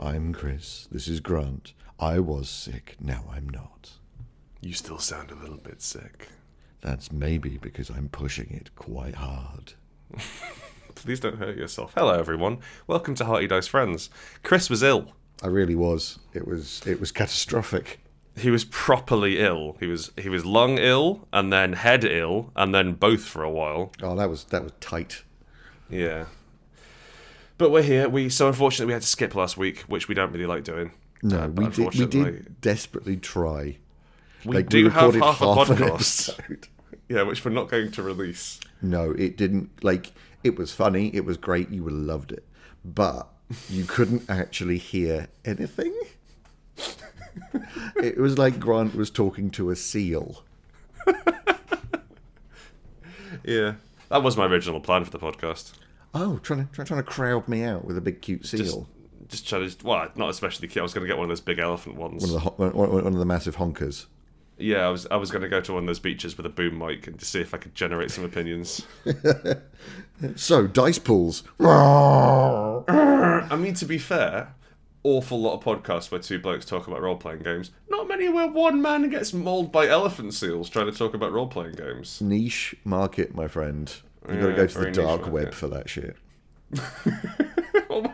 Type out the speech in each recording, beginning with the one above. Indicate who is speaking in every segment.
Speaker 1: I'm Chris. This is Grant. I was sick. Now I'm not.
Speaker 2: You still sound a little bit sick.
Speaker 1: That's maybe because I'm pushing it quite hard.
Speaker 2: Please don't hurt yourself. Hello, everyone. Welcome to Hearty Dice Friends. Chris was ill.
Speaker 1: I really was. It was. It was catastrophic.
Speaker 2: He was properly ill. He was he was lung ill and then head ill and then both for a while.
Speaker 1: Oh, that was that was tight.
Speaker 2: Yeah. But we're here. We so unfortunately we had to skip last week, which we don't really like doing.
Speaker 1: No,
Speaker 2: Uh, but
Speaker 1: we did. We
Speaker 2: unfortunately-
Speaker 1: did desperately try.
Speaker 2: We
Speaker 1: Like,
Speaker 2: do have
Speaker 1: recorded
Speaker 2: half a
Speaker 1: an
Speaker 2: podcast.
Speaker 1: episode.
Speaker 2: Yeah, which we're not going to release.
Speaker 1: No, it didn't. Like it was funny. It was great. You would have loved it, but you couldn't actually hear anything. it was like Grant was talking to a seal.
Speaker 2: Yeah. That was my original plan for the podcast.
Speaker 1: Oh, trying to trying, trying to crowd me out with a big cute seal.
Speaker 2: Just, just trying to, well, not especially cute. I was going to get one of those big elephant ones.
Speaker 1: One of the ho- one- one, one of the massive honkers.
Speaker 2: Yeah, I was I was going to go to one of those beaches with a boom mic and to see if I could generate some opinions.
Speaker 1: So dice pools. Roar.
Speaker 2: I mean, to be fair, awful lot of podcasts where two blokes talk about role playing games. Not many where one man gets mauled by elephant seals trying to talk about role playing games.
Speaker 1: niche market, my friend. You got to
Speaker 2: Yeah,
Speaker 1: go to the
Speaker 2: very niche
Speaker 1: dark
Speaker 2: market.
Speaker 1: web for that shit.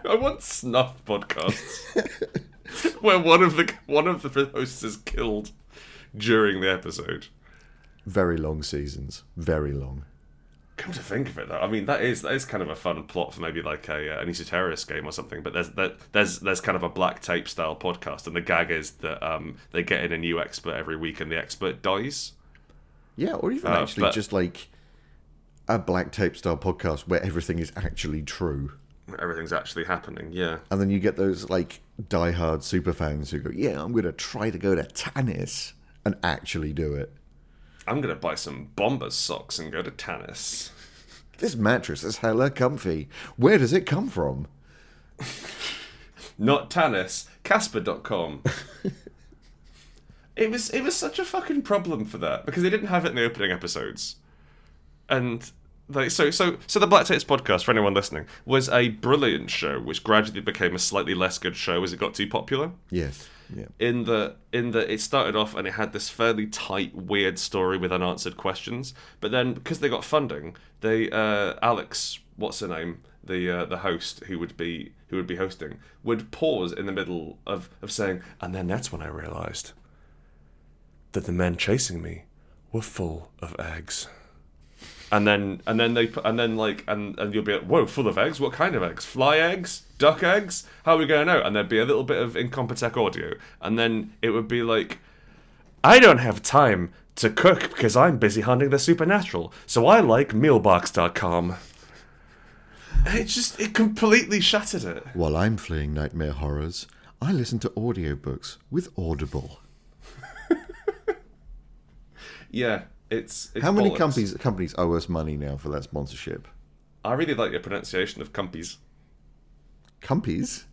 Speaker 2: I want snuff podcasts where one of the one of the hosts is killed during the episode.
Speaker 1: Very long seasons. Very long.
Speaker 2: Come to think of it, though, I mean that is that is kind of a fun plot for maybe like a uh, an esoteric game or something. But there's that there's there's kind of a black tape style podcast, and the gag is that um they get in a new expert every week, and the expert dies.
Speaker 1: Yeah, or even
Speaker 2: Uh,
Speaker 1: actually
Speaker 2: but-
Speaker 1: just like a black tape style podcast where everything is actually true.
Speaker 2: Everything's actually happening. Yeah,
Speaker 1: And then you get those like diehard super fans who go, "Yeah, I'm going to try to go to tennis and actually do it."
Speaker 2: I'm gonna buy some bomber socks and go to tennis.
Speaker 1: This mattress is hella comfy. Where does it come from?
Speaker 2: Not Tannis, Casper.com. it was it was such a fucking problem for that because they didn't have it in the opening episodes. And they so so so the Black Tapes podcast for anyone listening was a brilliant show which gradually became a slightly less good show as it got too popular
Speaker 1: Yes. Yeah.
Speaker 2: in the in the it started off and it had this fairly tight weird story with unanswered questions but then because they got funding they uh alex what's her name the uh, the host who would be who would be hosting would pause in the middle of of saying and then that's when i realized that the men chasing me were full of eggs and then and then they put- and then like and and you'll be like whoa full of eggs what kind of eggs fly eggs duck eggs how are we going to know and there'd be a little bit of incompetech audio and then it would be like i don't have time to cook because i'm busy hunting the supernatural so i like mealbox.com And it just it completely shattered it
Speaker 1: While I'm fleeing nightmare horrors, I listen to audiobooks with Audible.
Speaker 2: yeah it's, it's
Speaker 1: How many
Speaker 2: bollocks.
Speaker 1: companies companies owe us money now for that sponsorship?
Speaker 2: i really like your pronunciation of cumpies
Speaker 1: Companies?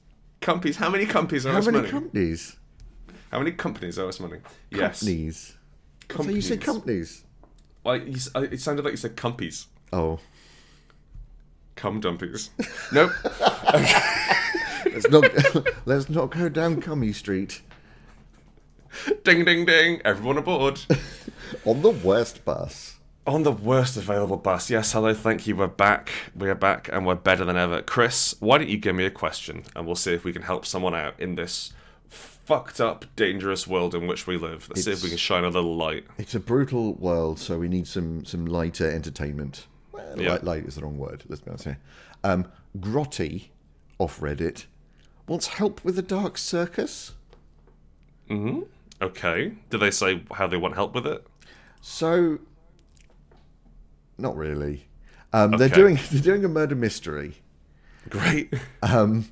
Speaker 2: cumpies how many cumpies owe
Speaker 1: How
Speaker 2: us
Speaker 1: many
Speaker 2: money
Speaker 1: companies?
Speaker 2: how many companies owe us money yes
Speaker 1: Companies. So you said companies.
Speaker 2: Well, you, s- uh, it sounded like you said cumpies.
Speaker 1: Oh,
Speaker 2: Cum dumpies. nope.
Speaker 1: let's not let's not go down Cummy Street
Speaker 2: ding, ding, ding. Everyone aboard.
Speaker 1: on the worst bus.
Speaker 2: On the worst available bus. Yes, hello, thank you. We're back. We are back and we're better than ever. Chris, why don't you give me a question and we'll see if we can help someone out in this fucked up, dangerous world in which we live. Let's see if we can shine a little light.
Speaker 1: It's a brutal world, so we need some some lighter entertainment. Well,
Speaker 2: Yeah.
Speaker 1: light, light is the wrong word. Let's be honest here. Um, Grotty off Reddit wants help with the dark circus.
Speaker 2: Okay. Do they say how they want help with it?
Speaker 1: So, not really. Um, They're
Speaker 2: Okay.
Speaker 1: doing they're doing a murder mystery,
Speaker 2: Great.
Speaker 1: um,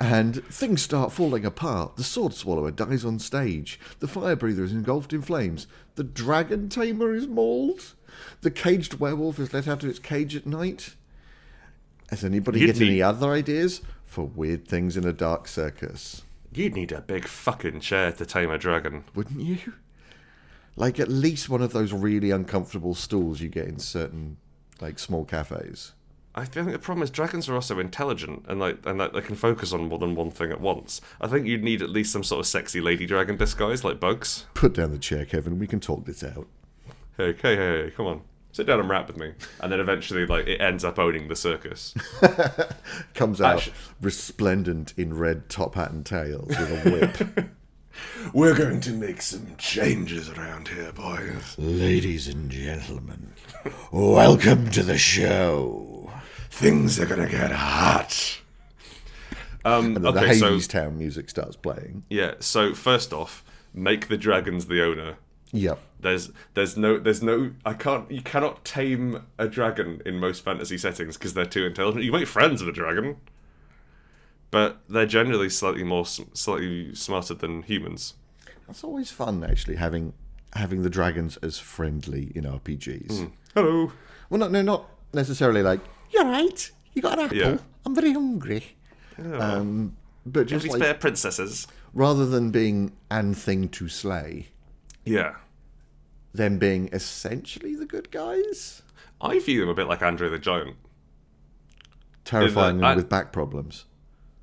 Speaker 1: and things start falling apart. The sword swallower dies on stage. The fire breather is engulfed in flames. The dragon tamer is mauled. The caged werewolf is let out of its cage at night. Has anybody
Speaker 2: You'd
Speaker 1: got any
Speaker 2: need-
Speaker 1: other ideas for weird things in a dark circus?
Speaker 2: You'd need a big fucking chair to tame a dragon.
Speaker 1: Wouldn't you? Like at least one of those really uncomfortable stools you get in certain like small cafes.
Speaker 2: I think the problem is dragons are also intelligent and like and like, they can focus on more than one thing at once. I think you'd need at least some sort of sexy lady dragon disguise like bugs.
Speaker 1: Put down the chair, Kevin. We can talk this out.
Speaker 2: Hey, hey, hey, hey, come on. Sit down and rap with me. And then eventually like it ends up owning the circus.
Speaker 1: Comes out
Speaker 2: Actu-
Speaker 1: resplendent in red top hat and tails with a whip.
Speaker 2: We're going to make some changes around here, boys.
Speaker 1: Ladies and gentlemen, welcome to the show.
Speaker 2: Things are gonna get hot. Um,
Speaker 1: And then
Speaker 2: okay,
Speaker 1: the
Speaker 2: so
Speaker 1: Hades Town music starts playing.
Speaker 2: yeah, so first off, make the dragons the owner.
Speaker 1: Yep.
Speaker 2: There's there's no there's no I can't you cannot tame a dragon in most fantasy settings because they're too intelligent. You make friends with a dragon, but they're generally slightly more s- slightly smarter than humans.
Speaker 1: That's always fun, actually, having having the dragons as friendly in RPGs.
Speaker 2: Hello.
Speaker 1: Well, no, no, not necessarily like you're right. You got an apple.
Speaker 2: Yeah.
Speaker 1: I'm very hungry. Um, but just
Speaker 2: These
Speaker 1: like
Speaker 2: fair princesses.
Speaker 1: rather than being an thing to slay,
Speaker 2: Yeah.
Speaker 1: them being essentially the good guys,
Speaker 2: I view them a bit like Andrew the Giant.
Speaker 1: terrifying them
Speaker 2: I-
Speaker 1: with back problems.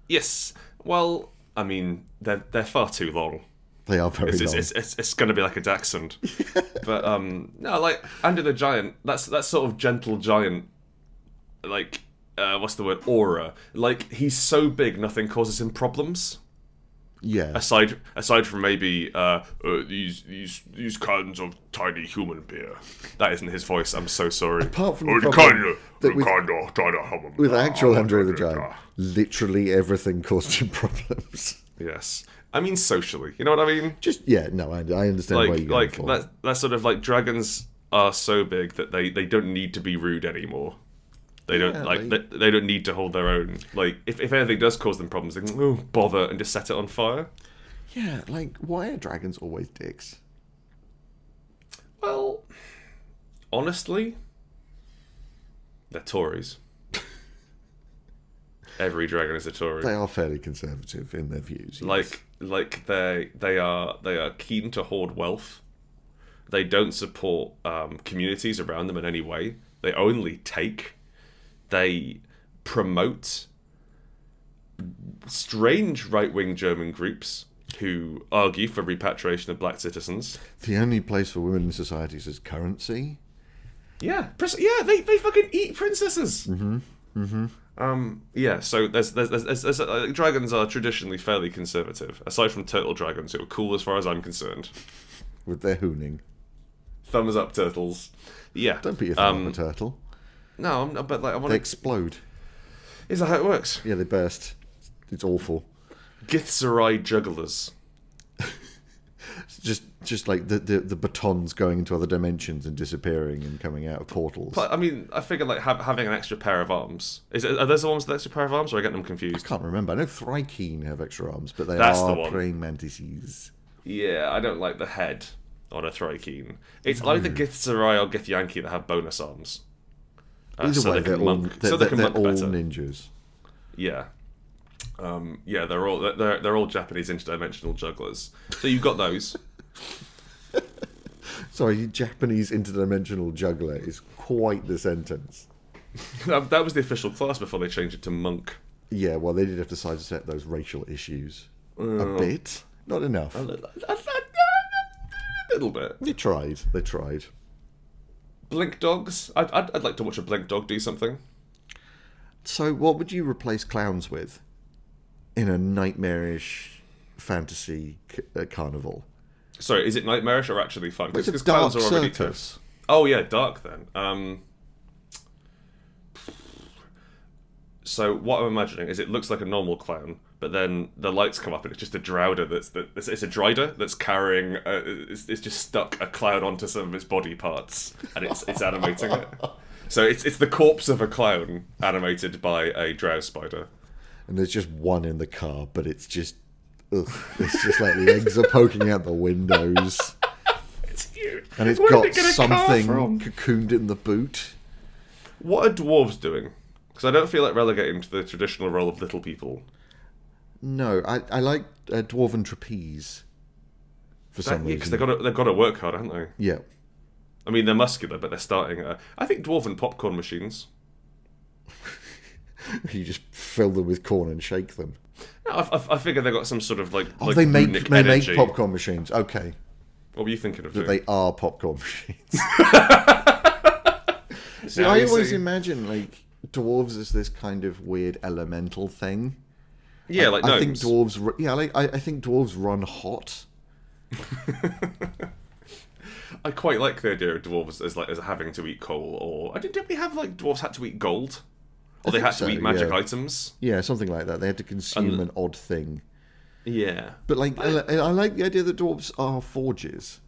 Speaker 2: Yes. Well, I mean, they're they're far too long.
Speaker 1: They are very
Speaker 2: It's
Speaker 1: long.
Speaker 2: it's, it's, it's going to be like a dachshund. but um, no, like Andrew the Giant. That's that's sort of gentle giant. Like, uh, what's the word? Aura. Like he's so big, nothing causes him problems.
Speaker 1: yeah,
Speaker 2: Aside aside from maybe uh, uh these these these kinds of tiny human beer. That isn't his voice. I'm so sorry.
Speaker 1: Apart from the
Speaker 3: Oh, the
Speaker 1: problem
Speaker 3: kind of,
Speaker 1: that
Speaker 3: the
Speaker 1: with-
Speaker 3: kind of, kind of human.
Speaker 2: Oh,
Speaker 1: with actual Andrew the Giant, literally everything caused him problems.
Speaker 2: Yes. I mean socially. You know what I mean?
Speaker 1: Just yeah, no, I, I understand where
Speaker 2: like
Speaker 1: you're going
Speaker 2: like
Speaker 1: for.
Speaker 2: that that sort of like dragons are so big that they they don't need to be rude anymore they don't
Speaker 1: Yeah,
Speaker 2: like
Speaker 1: they-
Speaker 2: they, they don't need to hold their own like if, if anything does cause them problems they can oh, bother and just set it on fire
Speaker 1: Yeah, like why are dragons always dicks?
Speaker 2: well honestly they're tories every dragon is a tory
Speaker 1: They are fairly conservative in their views. yes.
Speaker 2: like like they they are they are keen to hoard wealth they don't support um, communities around them in any way they only take they promote strange right-wing german groups who argue for repatriation of black citizens
Speaker 1: the only place for women in society is as currency.
Speaker 2: yeah pres- yeah they, they fucking eat princesses mm-hmm mm-hmm um yeah so there's there's, there's, there's, there's uh, dragons are traditionally fairly conservative aside from turtle dragons who are cool as far as i'm concerned
Speaker 1: with their hooning.
Speaker 2: thumbs up turtles yeah
Speaker 1: Don't put your thumb
Speaker 2: um,
Speaker 1: on a turtle.
Speaker 2: no I'm not, but like i
Speaker 1: They
Speaker 2: want to
Speaker 1: explode.
Speaker 2: is that how it works
Speaker 1: Yeah, they burst. It's awful.
Speaker 2: githzerai jugglers
Speaker 1: It's just just like the, the, the batons going into other dimensions and disappearing and coming out of portals.
Speaker 2: but i mean i figure like have, having an extra pair of arms is it, are those the ones with the extra pair of arms or i get them confused
Speaker 1: can't remember. I know Thrykeen have extra arms, but they
Speaker 2: That's the
Speaker 1: are
Speaker 2: one.
Speaker 1: praying mantises.
Speaker 2: yeah i don't like the head on a thrykeen it's
Speaker 1: Hmm.
Speaker 2: either githzerai or githyanki that have bonus arms Uh,
Speaker 1: Either
Speaker 2: so
Speaker 1: way,
Speaker 2: they
Speaker 1: they're
Speaker 2: can
Speaker 1: all,
Speaker 2: monk
Speaker 1: they're,
Speaker 2: so they
Speaker 1: they're-
Speaker 2: can
Speaker 1: they're
Speaker 2: monk
Speaker 1: all
Speaker 2: better
Speaker 1: ninjas.
Speaker 2: Yeah. Um, yeah, they're all they're, they're all Japanese interdimensional jugglers. So you've got those.
Speaker 1: Sorry, Japanese interdimensional juggler is quite the sentence.
Speaker 2: that, that was the official class before they changed it to monk.
Speaker 1: Yeah, well, they did have to sidestep those racial issues a bit, not enough.
Speaker 2: A little bit.
Speaker 1: They tried. They tried.
Speaker 2: Blink dogs. I'd, I'd, I'd like to watch a blink dog do something.
Speaker 1: So, what would you replace clowns with in a nightmarish fantasy c- uh, carnival?
Speaker 2: Sorry, is it nightmarish or actually fun?
Speaker 1: It's a
Speaker 2: Because
Speaker 1: dark
Speaker 2: clowns are already tough.
Speaker 1: circus.
Speaker 2: Oh yeah, dark then. Um, so what I'm imagining is it looks like a normal clown, but then the lights come up and it's just a drowder that's that it's, it's a drider that's carrying uh it's, it's just stuck a clown onto some of its body parts and it's it's animating it. So it's it's the corpse of a clown animated by a drow spider.
Speaker 1: And there's just one in the car, but it's just, ugh, it's just like legs are poking out the windows,
Speaker 2: It's cute.
Speaker 1: and it's
Speaker 2: Where did
Speaker 1: got
Speaker 2: it get a car
Speaker 1: something
Speaker 2: from?
Speaker 1: cocooned in the boot.
Speaker 2: What are dwarves doing? Because I don't feel like relegating to the traditional role of little people.
Speaker 1: No, I, I like uh, dwarven trapeze for some
Speaker 2: Yeah, because
Speaker 1: reason.
Speaker 2: they've got to, they've got to work hard, haven't they?
Speaker 1: yeah,
Speaker 2: I mean, they're muscular, but they're starting. Uh, I think dwarven popcorn machines.
Speaker 1: you just fill them with corn and shake them.
Speaker 2: No, I, I, I figure they got some sort of like.
Speaker 1: Oh,
Speaker 2: like
Speaker 1: they make
Speaker 2: runic
Speaker 1: they make
Speaker 2: energy.
Speaker 1: popcorn machines. Okay,
Speaker 2: What were you thinking of?
Speaker 1: that
Speaker 2: doing?
Speaker 1: they are popcorn machines. See,
Speaker 2: Now
Speaker 1: I
Speaker 2: you
Speaker 1: always
Speaker 2: see.
Speaker 1: imagine like dwarves as this kind of weird elemental thing.
Speaker 2: yeah, like
Speaker 1: I think
Speaker 2: gnomes.
Speaker 1: dwarves. ru- Yeah, like, I, I think dwarves run hot.
Speaker 2: I quite like the idea of dwarves as like as having to eat coal, or I did, did we have like dwarves had to eat gold, or they
Speaker 1: think
Speaker 2: had to
Speaker 1: so,
Speaker 2: eat magic
Speaker 1: yeah.
Speaker 2: items?
Speaker 1: Yeah, something like that. They had to consume an odd thing.
Speaker 2: Yeah,
Speaker 1: But like, I, I like the idea that dwarves are forges.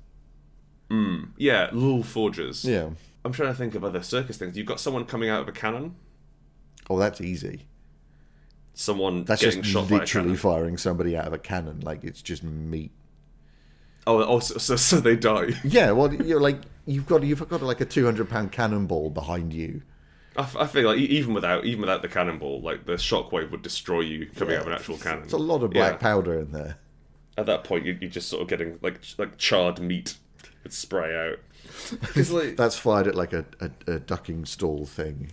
Speaker 2: yeah, lul forgers.
Speaker 1: Yeah.
Speaker 2: I'm trying to think of other circus things. You've got someone coming out of a cannon,
Speaker 1: Oh, that's easy.
Speaker 2: someone
Speaker 1: That's
Speaker 2: getting
Speaker 1: just
Speaker 2: shot by a
Speaker 1: literally
Speaker 2: cannon.
Speaker 1: firing somebody out of a cannon. Like it's just meat.
Speaker 2: Oh, oh so, so so they die.
Speaker 1: Yeah. Well, you're like you've got you've got like a two hundred pound cannonball behind you.
Speaker 2: I, f- I feel like e- even without even without the cannonball, like the shockwave would destroy you coming out of an actual cannon.
Speaker 1: It's a lot of black
Speaker 2: Yeah.
Speaker 1: powder in there.
Speaker 2: At that point, you, you're just sort of getting like ch- like charred meat would spray out. It's like
Speaker 1: That's fired at like a, a, a ducking stall thing,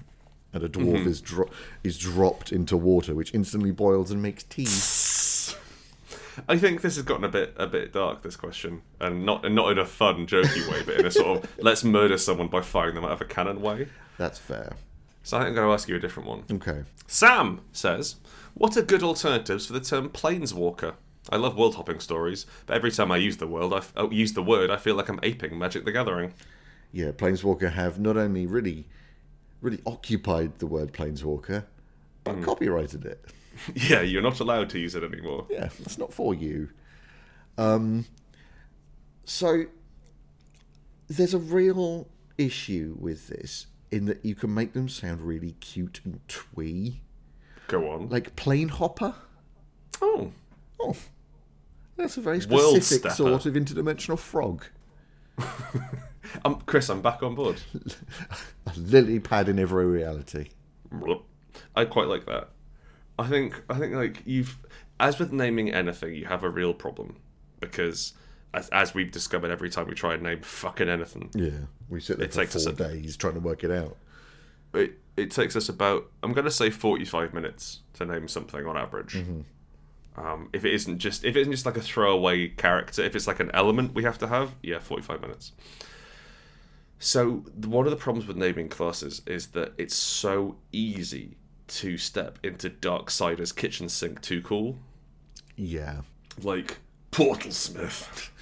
Speaker 1: and a dwarf
Speaker 2: Mm-hmm.
Speaker 1: is dro- is dropped into water, which instantly boils and makes tea.
Speaker 2: I think this has gotten a bit a bit dark. This question, and not and not in a fun, jokey way, but in a sort of let's murder someone by firing them out of a cannon way.
Speaker 1: That's fair.
Speaker 2: So I think I'm going to ask you a different one.
Speaker 1: Okay.
Speaker 2: Sam says, "What are good alternatives for the term planeswalker?" I love world hopping stories, but every time I use the world, I f- oh, use the word, I feel like I'm aping Magic the Gathering.
Speaker 1: Yeah, Planeswalker have not only really, really occupied the word Planeswalker, but
Speaker 2: Hmm.
Speaker 1: copyrighted it.
Speaker 2: Yeah, you're not allowed to use it anymore.
Speaker 1: Yeah, it's not for you. Um, so there's a real issue with this in that you can make them sound really cute and twee,
Speaker 2: Go on.
Speaker 1: like plane hopper.
Speaker 2: oh,
Speaker 1: Oh, that's a very
Speaker 2: World
Speaker 1: specific
Speaker 2: stepper.
Speaker 1: sort of interdimensional frog.
Speaker 2: um, Chris, I'm back on board.
Speaker 1: A lily pad in every reality.
Speaker 2: I quite like that. I think I think like you've as with naming anything, you have a real problem because as, as we've discovered every time we try and name fucking anything,
Speaker 1: Yeah, we sit there
Speaker 2: It
Speaker 1: for
Speaker 2: takes us
Speaker 1: four
Speaker 2: a-
Speaker 1: days trying to work it out.
Speaker 2: it it takes us about I'm gonna say 45 minutes to name something on average. Um, if it isn't just if it isn't just like a throwaway character, if it's like an element we have to have, yeah, 45 minutes. So th- one of the problems with naming classes is that it's so easy to step into Dark Sider's kitchen sink too cool.
Speaker 1: Yeah.
Speaker 2: like Portal Smith.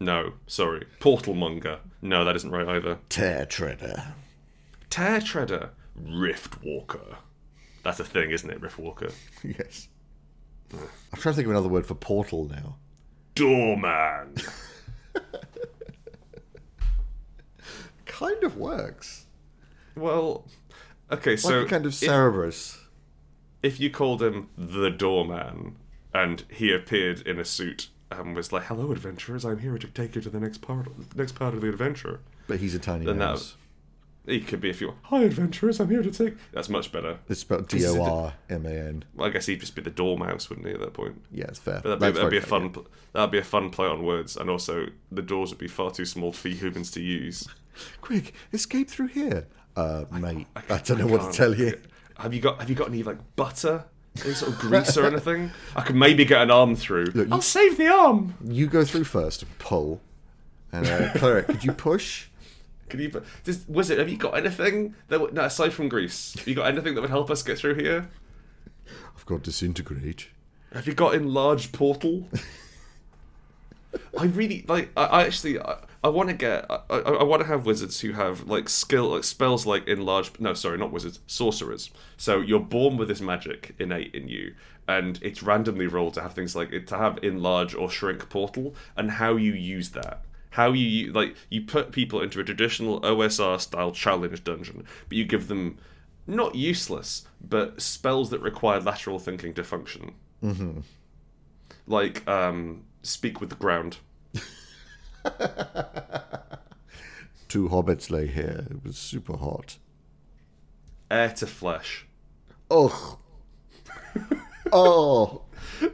Speaker 2: No, sorry, Portalmonger. No, that isn't right either.
Speaker 1: Tear treader.
Speaker 2: Tear Treader, Rift Walker. That's a thing, isn't it? Rift Walker.
Speaker 1: Yes. I'm trying to think of another word for portal now.
Speaker 2: Doorman.
Speaker 1: Kind of works.
Speaker 2: well, okay,
Speaker 1: Like
Speaker 2: so
Speaker 1: a kind of
Speaker 2: if-
Speaker 1: Cerberus.
Speaker 2: if you called him the doorman and he appeared in a suit and was like, "Hello, adventurers! I'm here to take you to the next part, next part of the adventure."
Speaker 1: But he's a tiny
Speaker 2: Then that
Speaker 1: mouse.
Speaker 2: he could be if you. Hi, adventurers! I'm here to take. That's much better.
Speaker 1: It's spelled
Speaker 2: is
Speaker 1: D
Speaker 2: a di-
Speaker 1: O R M A N.
Speaker 2: Well, I guess he'd just be the dormouse, wouldn't he, at that point?
Speaker 1: Yeah, it's fair.
Speaker 2: But that'd be,
Speaker 1: That's
Speaker 2: that'd be
Speaker 1: very
Speaker 2: a
Speaker 1: fair,
Speaker 2: fun. pl- That'd be a fun play on words, and also the doors would be far too small for you humans to use.
Speaker 1: yeah. Quick, escape through here. Uh, mate, I, don't
Speaker 2: I
Speaker 1: know what
Speaker 2: can't-
Speaker 1: to tell you.
Speaker 2: Have you got Have you got any like butter, any sort of grease or anything? I could maybe get an arm through.
Speaker 1: you-
Speaker 2: I'll save the arm.
Speaker 1: You go through first, pull. And uh, cleric, could you push?
Speaker 2: Could you? Just, was it? Have you got anything that? would- No, aside from grease, have you got anything that would help us get through here?
Speaker 1: I've got disintegrate.
Speaker 2: Have you got enlarged portal? I really like. I, I actually. I, I want to get. I, I, I want to have wizards who have like skill, like spells, like enlarged. No, sorry, not wizards. Sorcerers. So you're born with this magic innate in you, and it's randomly rolled to have things like to have enlarge or shrink portal, and how you use that. How you u- like you put people into a traditional OSR style challenge dungeon, but you give them not useless, but spells that require lateral thinking to function like um speak with the ground
Speaker 1: Two hobbits lay here. It was super hot.
Speaker 2: air to flesh
Speaker 1: Ugh. oh.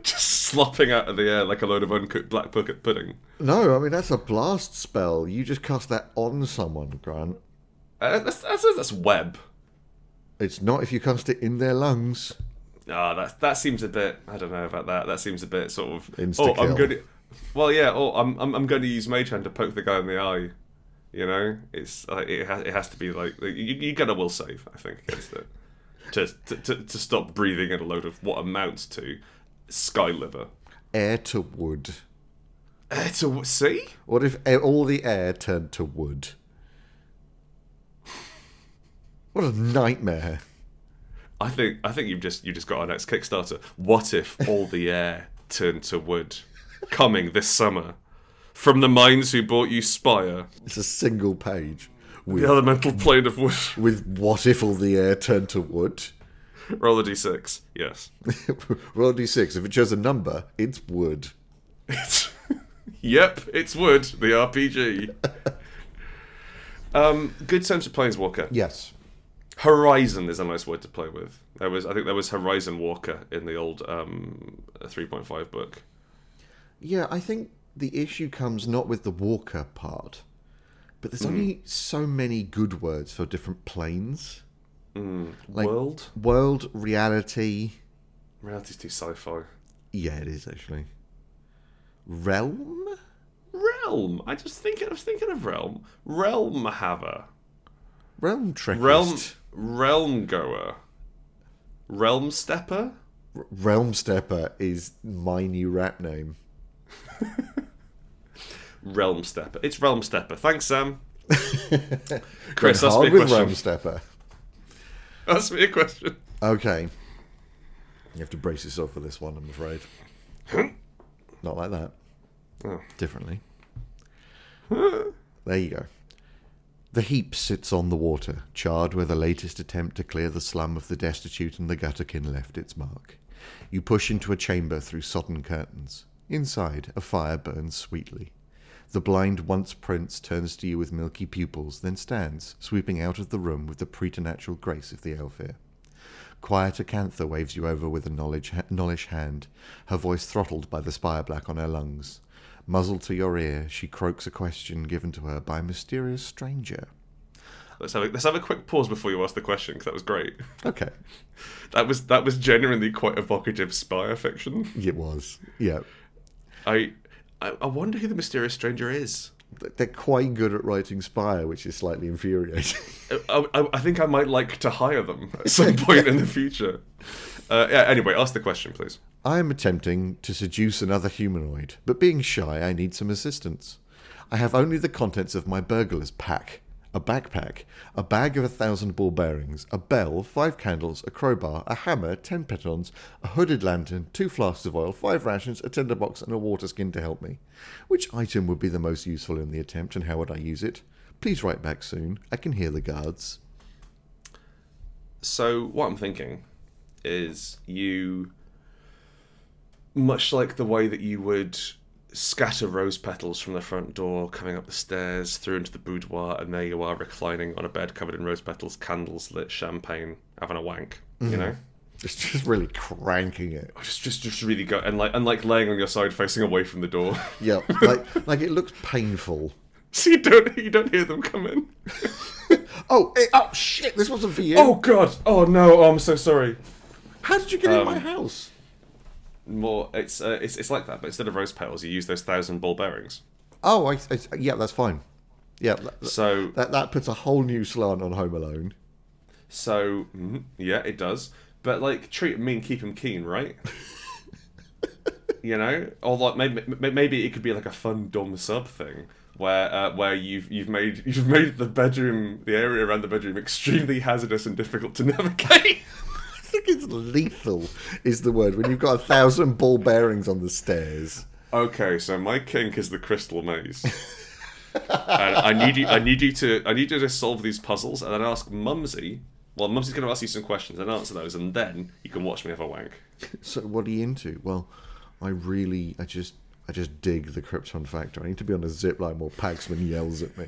Speaker 2: just slopping out of the air like a load of uncooked black bucket pudding
Speaker 1: No, I mean, that's a blast spell. You just cast that on someone, Grant.
Speaker 2: uh, that's, that's that's web
Speaker 1: It's not if you cast it in their lungs.
Speaker 2: Ah, that that seems a bit. I don't know about that. That seems a bit sort of.
Speaker 1: Insta-kill.
Speaker 2: Oh, I'm going to. Well, yeah. Oh, I'm I'm, I'm going to use Mage Hand to poke the guy in the eye. You know, it's uh, it has it has to be like you, you get a will save. I think against it to, to to to stop breathing in a load of what amounts to sky liver.
Speaker 1: Air to wood.
Speaker 2: Eh, to see.
Speaker 1: What if air, all the air turned to wood? What a nightmare.
Speaker 2: I think I think you've just you just got our next Kickstarter. What if all the air turned to wood? Coming this summer. From the minds who bought you Spire,
Speaker 1: It's a single page with,
Speaker 2: the elemental plane of wood.
Speaker 1: with what if all the air turned to wood?
Speaker 2: Roll a d6. Yes.
Speaker 1: Roll a d6. If it shows a number, it's wood.
Speaker 2: It's- yep, it's wood, the RPG. um, good sense of Planeswalker.
Speaker 1: Yes.
Speaker 2: Horizon is a nice word to play with. There was, I think, there was Horizon Walker in the old um, 3.5 book.
Speaker 1: Yeah, I think the issue comes not with the walker part, but
Speaker 2: Mm.
Speaker 1: there's only so many good words for different planes. Like-
Speaker 2: World
Speaker 1: World, reality.
Speaker 2: reality's too sci-fi.
Speaker 1: Yeah, it is actually. Realm?
Speaker 2: Realm. I just think I was thinking of realm. Realm haver.
Speaker 1: Realm trekkist.
Speaker 2: Realm realm goer. Realm stepper.
Speaker 1: R- Realm stepper is my new rap name.
Speaker 2: Realm stepper. It's realm stepper. Thanks, Sam. Chris,
Speaker 1: Gone
Speaker 2: ask me
Speaker 1: hard
Speaker 2: a
Speaker 1: with
Speaker 2: question.
Speaker 1: Realm stepper.
Speaker 2: Ask me a question.
Speaker 1: Okay. You have to brace yourself for this one, I'm afraid. Not like that.
Speaker 2: Oh.
Speaker 1: Differently. there you go. The heap sits on the water, charred where the latest attempt to clear the slum of the destitute and the gutterkin left its mark. You push into a chamber through sodden curtains. Inside, a fire burns sweetly. The blind once prince turns to you with milky pupils, then stands, sweeping out of the room with the preternatural grace of the Elfir. Quiet Acantha waves you over with a knowledge, knowledge hand, her voice throttled by the spire black on her lungs. Muzzle to your ear, she croaks a question given to her by a mysterious stranger.
Speaker 2: Let's have a, let's have a quick pause before you ask the question because that was great.
Speaker 1: Okay.
Speaker 2: That was that was genuinely quite evocative spire fiction.
Speaker 1: It was. Yeah.
Speaker 2: I I, I wonder who the mysterious stranger is.
Speaker 1: Th- They're quite good at writing spire, which is slightly infuriating.
Speaker 2: I, I, I think I might like to hire them at some point in the future. Uh, yeah, anyway, ask the question, please.
Speaker 1: I am attempting to seduce another humanoid, but being shy, I need some assistance. I have only the contents of my burglar's pack a backpack, a bag of a thousand ball bearings, a bell, five candles, a crowbar, a hammer, ten petons, a hooded lantern, two flasks of oil, five rations, a tinder box, and a water skin to help me. Which item would be the most useful in the attempt, and how would I use it? Please write back soon. I can hear the guards.
Speaker 2: So what I'm thinking is you, much like the way that you would scatter rose petals from the front door, coming up the stairs, through into the boudoir, and there you are reclining on a bed covered in rose petals, candles lit, champagne, having a wank. You know.
Speaker 1: It's just really cranking it.
Speaker 2: Just, just, just really go and like, and like laying on your side, facing away from the door,
Speaker 1: Yeah, like, like it looks painful.
Speaker 2: so you don't, you don't hear them come in.
Speaker 1: Oh, eh, oh shit, this wasn't for you.
Speaker 2: Oh God! Oh no! Oh, I'm so sorry.
Speaker 1: how did you get in my
Speaker 2: Um,
Speaker 1: house?
Speaker 2: More, it's uh, it's it's like that, but instead of rose petals, you use those thousand ball bearings.
Speaker 1: Oh, I, I, yeah, that's fine. Yeah, that,
Speaker 2: So
Speaker 1: that, that puts a whole new slant on Home Alone.
Speaker 2: so mhm, yeah, it does. But like, treat him mean, keep him keen, right? you know, or like maybe may- maybe it could be like a fun dumb sub thing where uh, where you've you've made you've made the bedroom the area around the bedroom extremely hazardous and difficult to navigate.
Speaker 1: I think it's lethal is the word when you've got a thousand ball bearings on the stairs.
Speaker 2: Okay, so my kink is the crystal maze. and I need you I need you to I need you to solve these puzzles and then ask Mumsy. Well, Mumsy's gonna ask you some questions and answer those and then you can watch me have a wank.
Speaker 1: So what are you into? Well, I really, I just, I just dig the Krypton Factor. I need to be on a zip line while Paxman yells at me.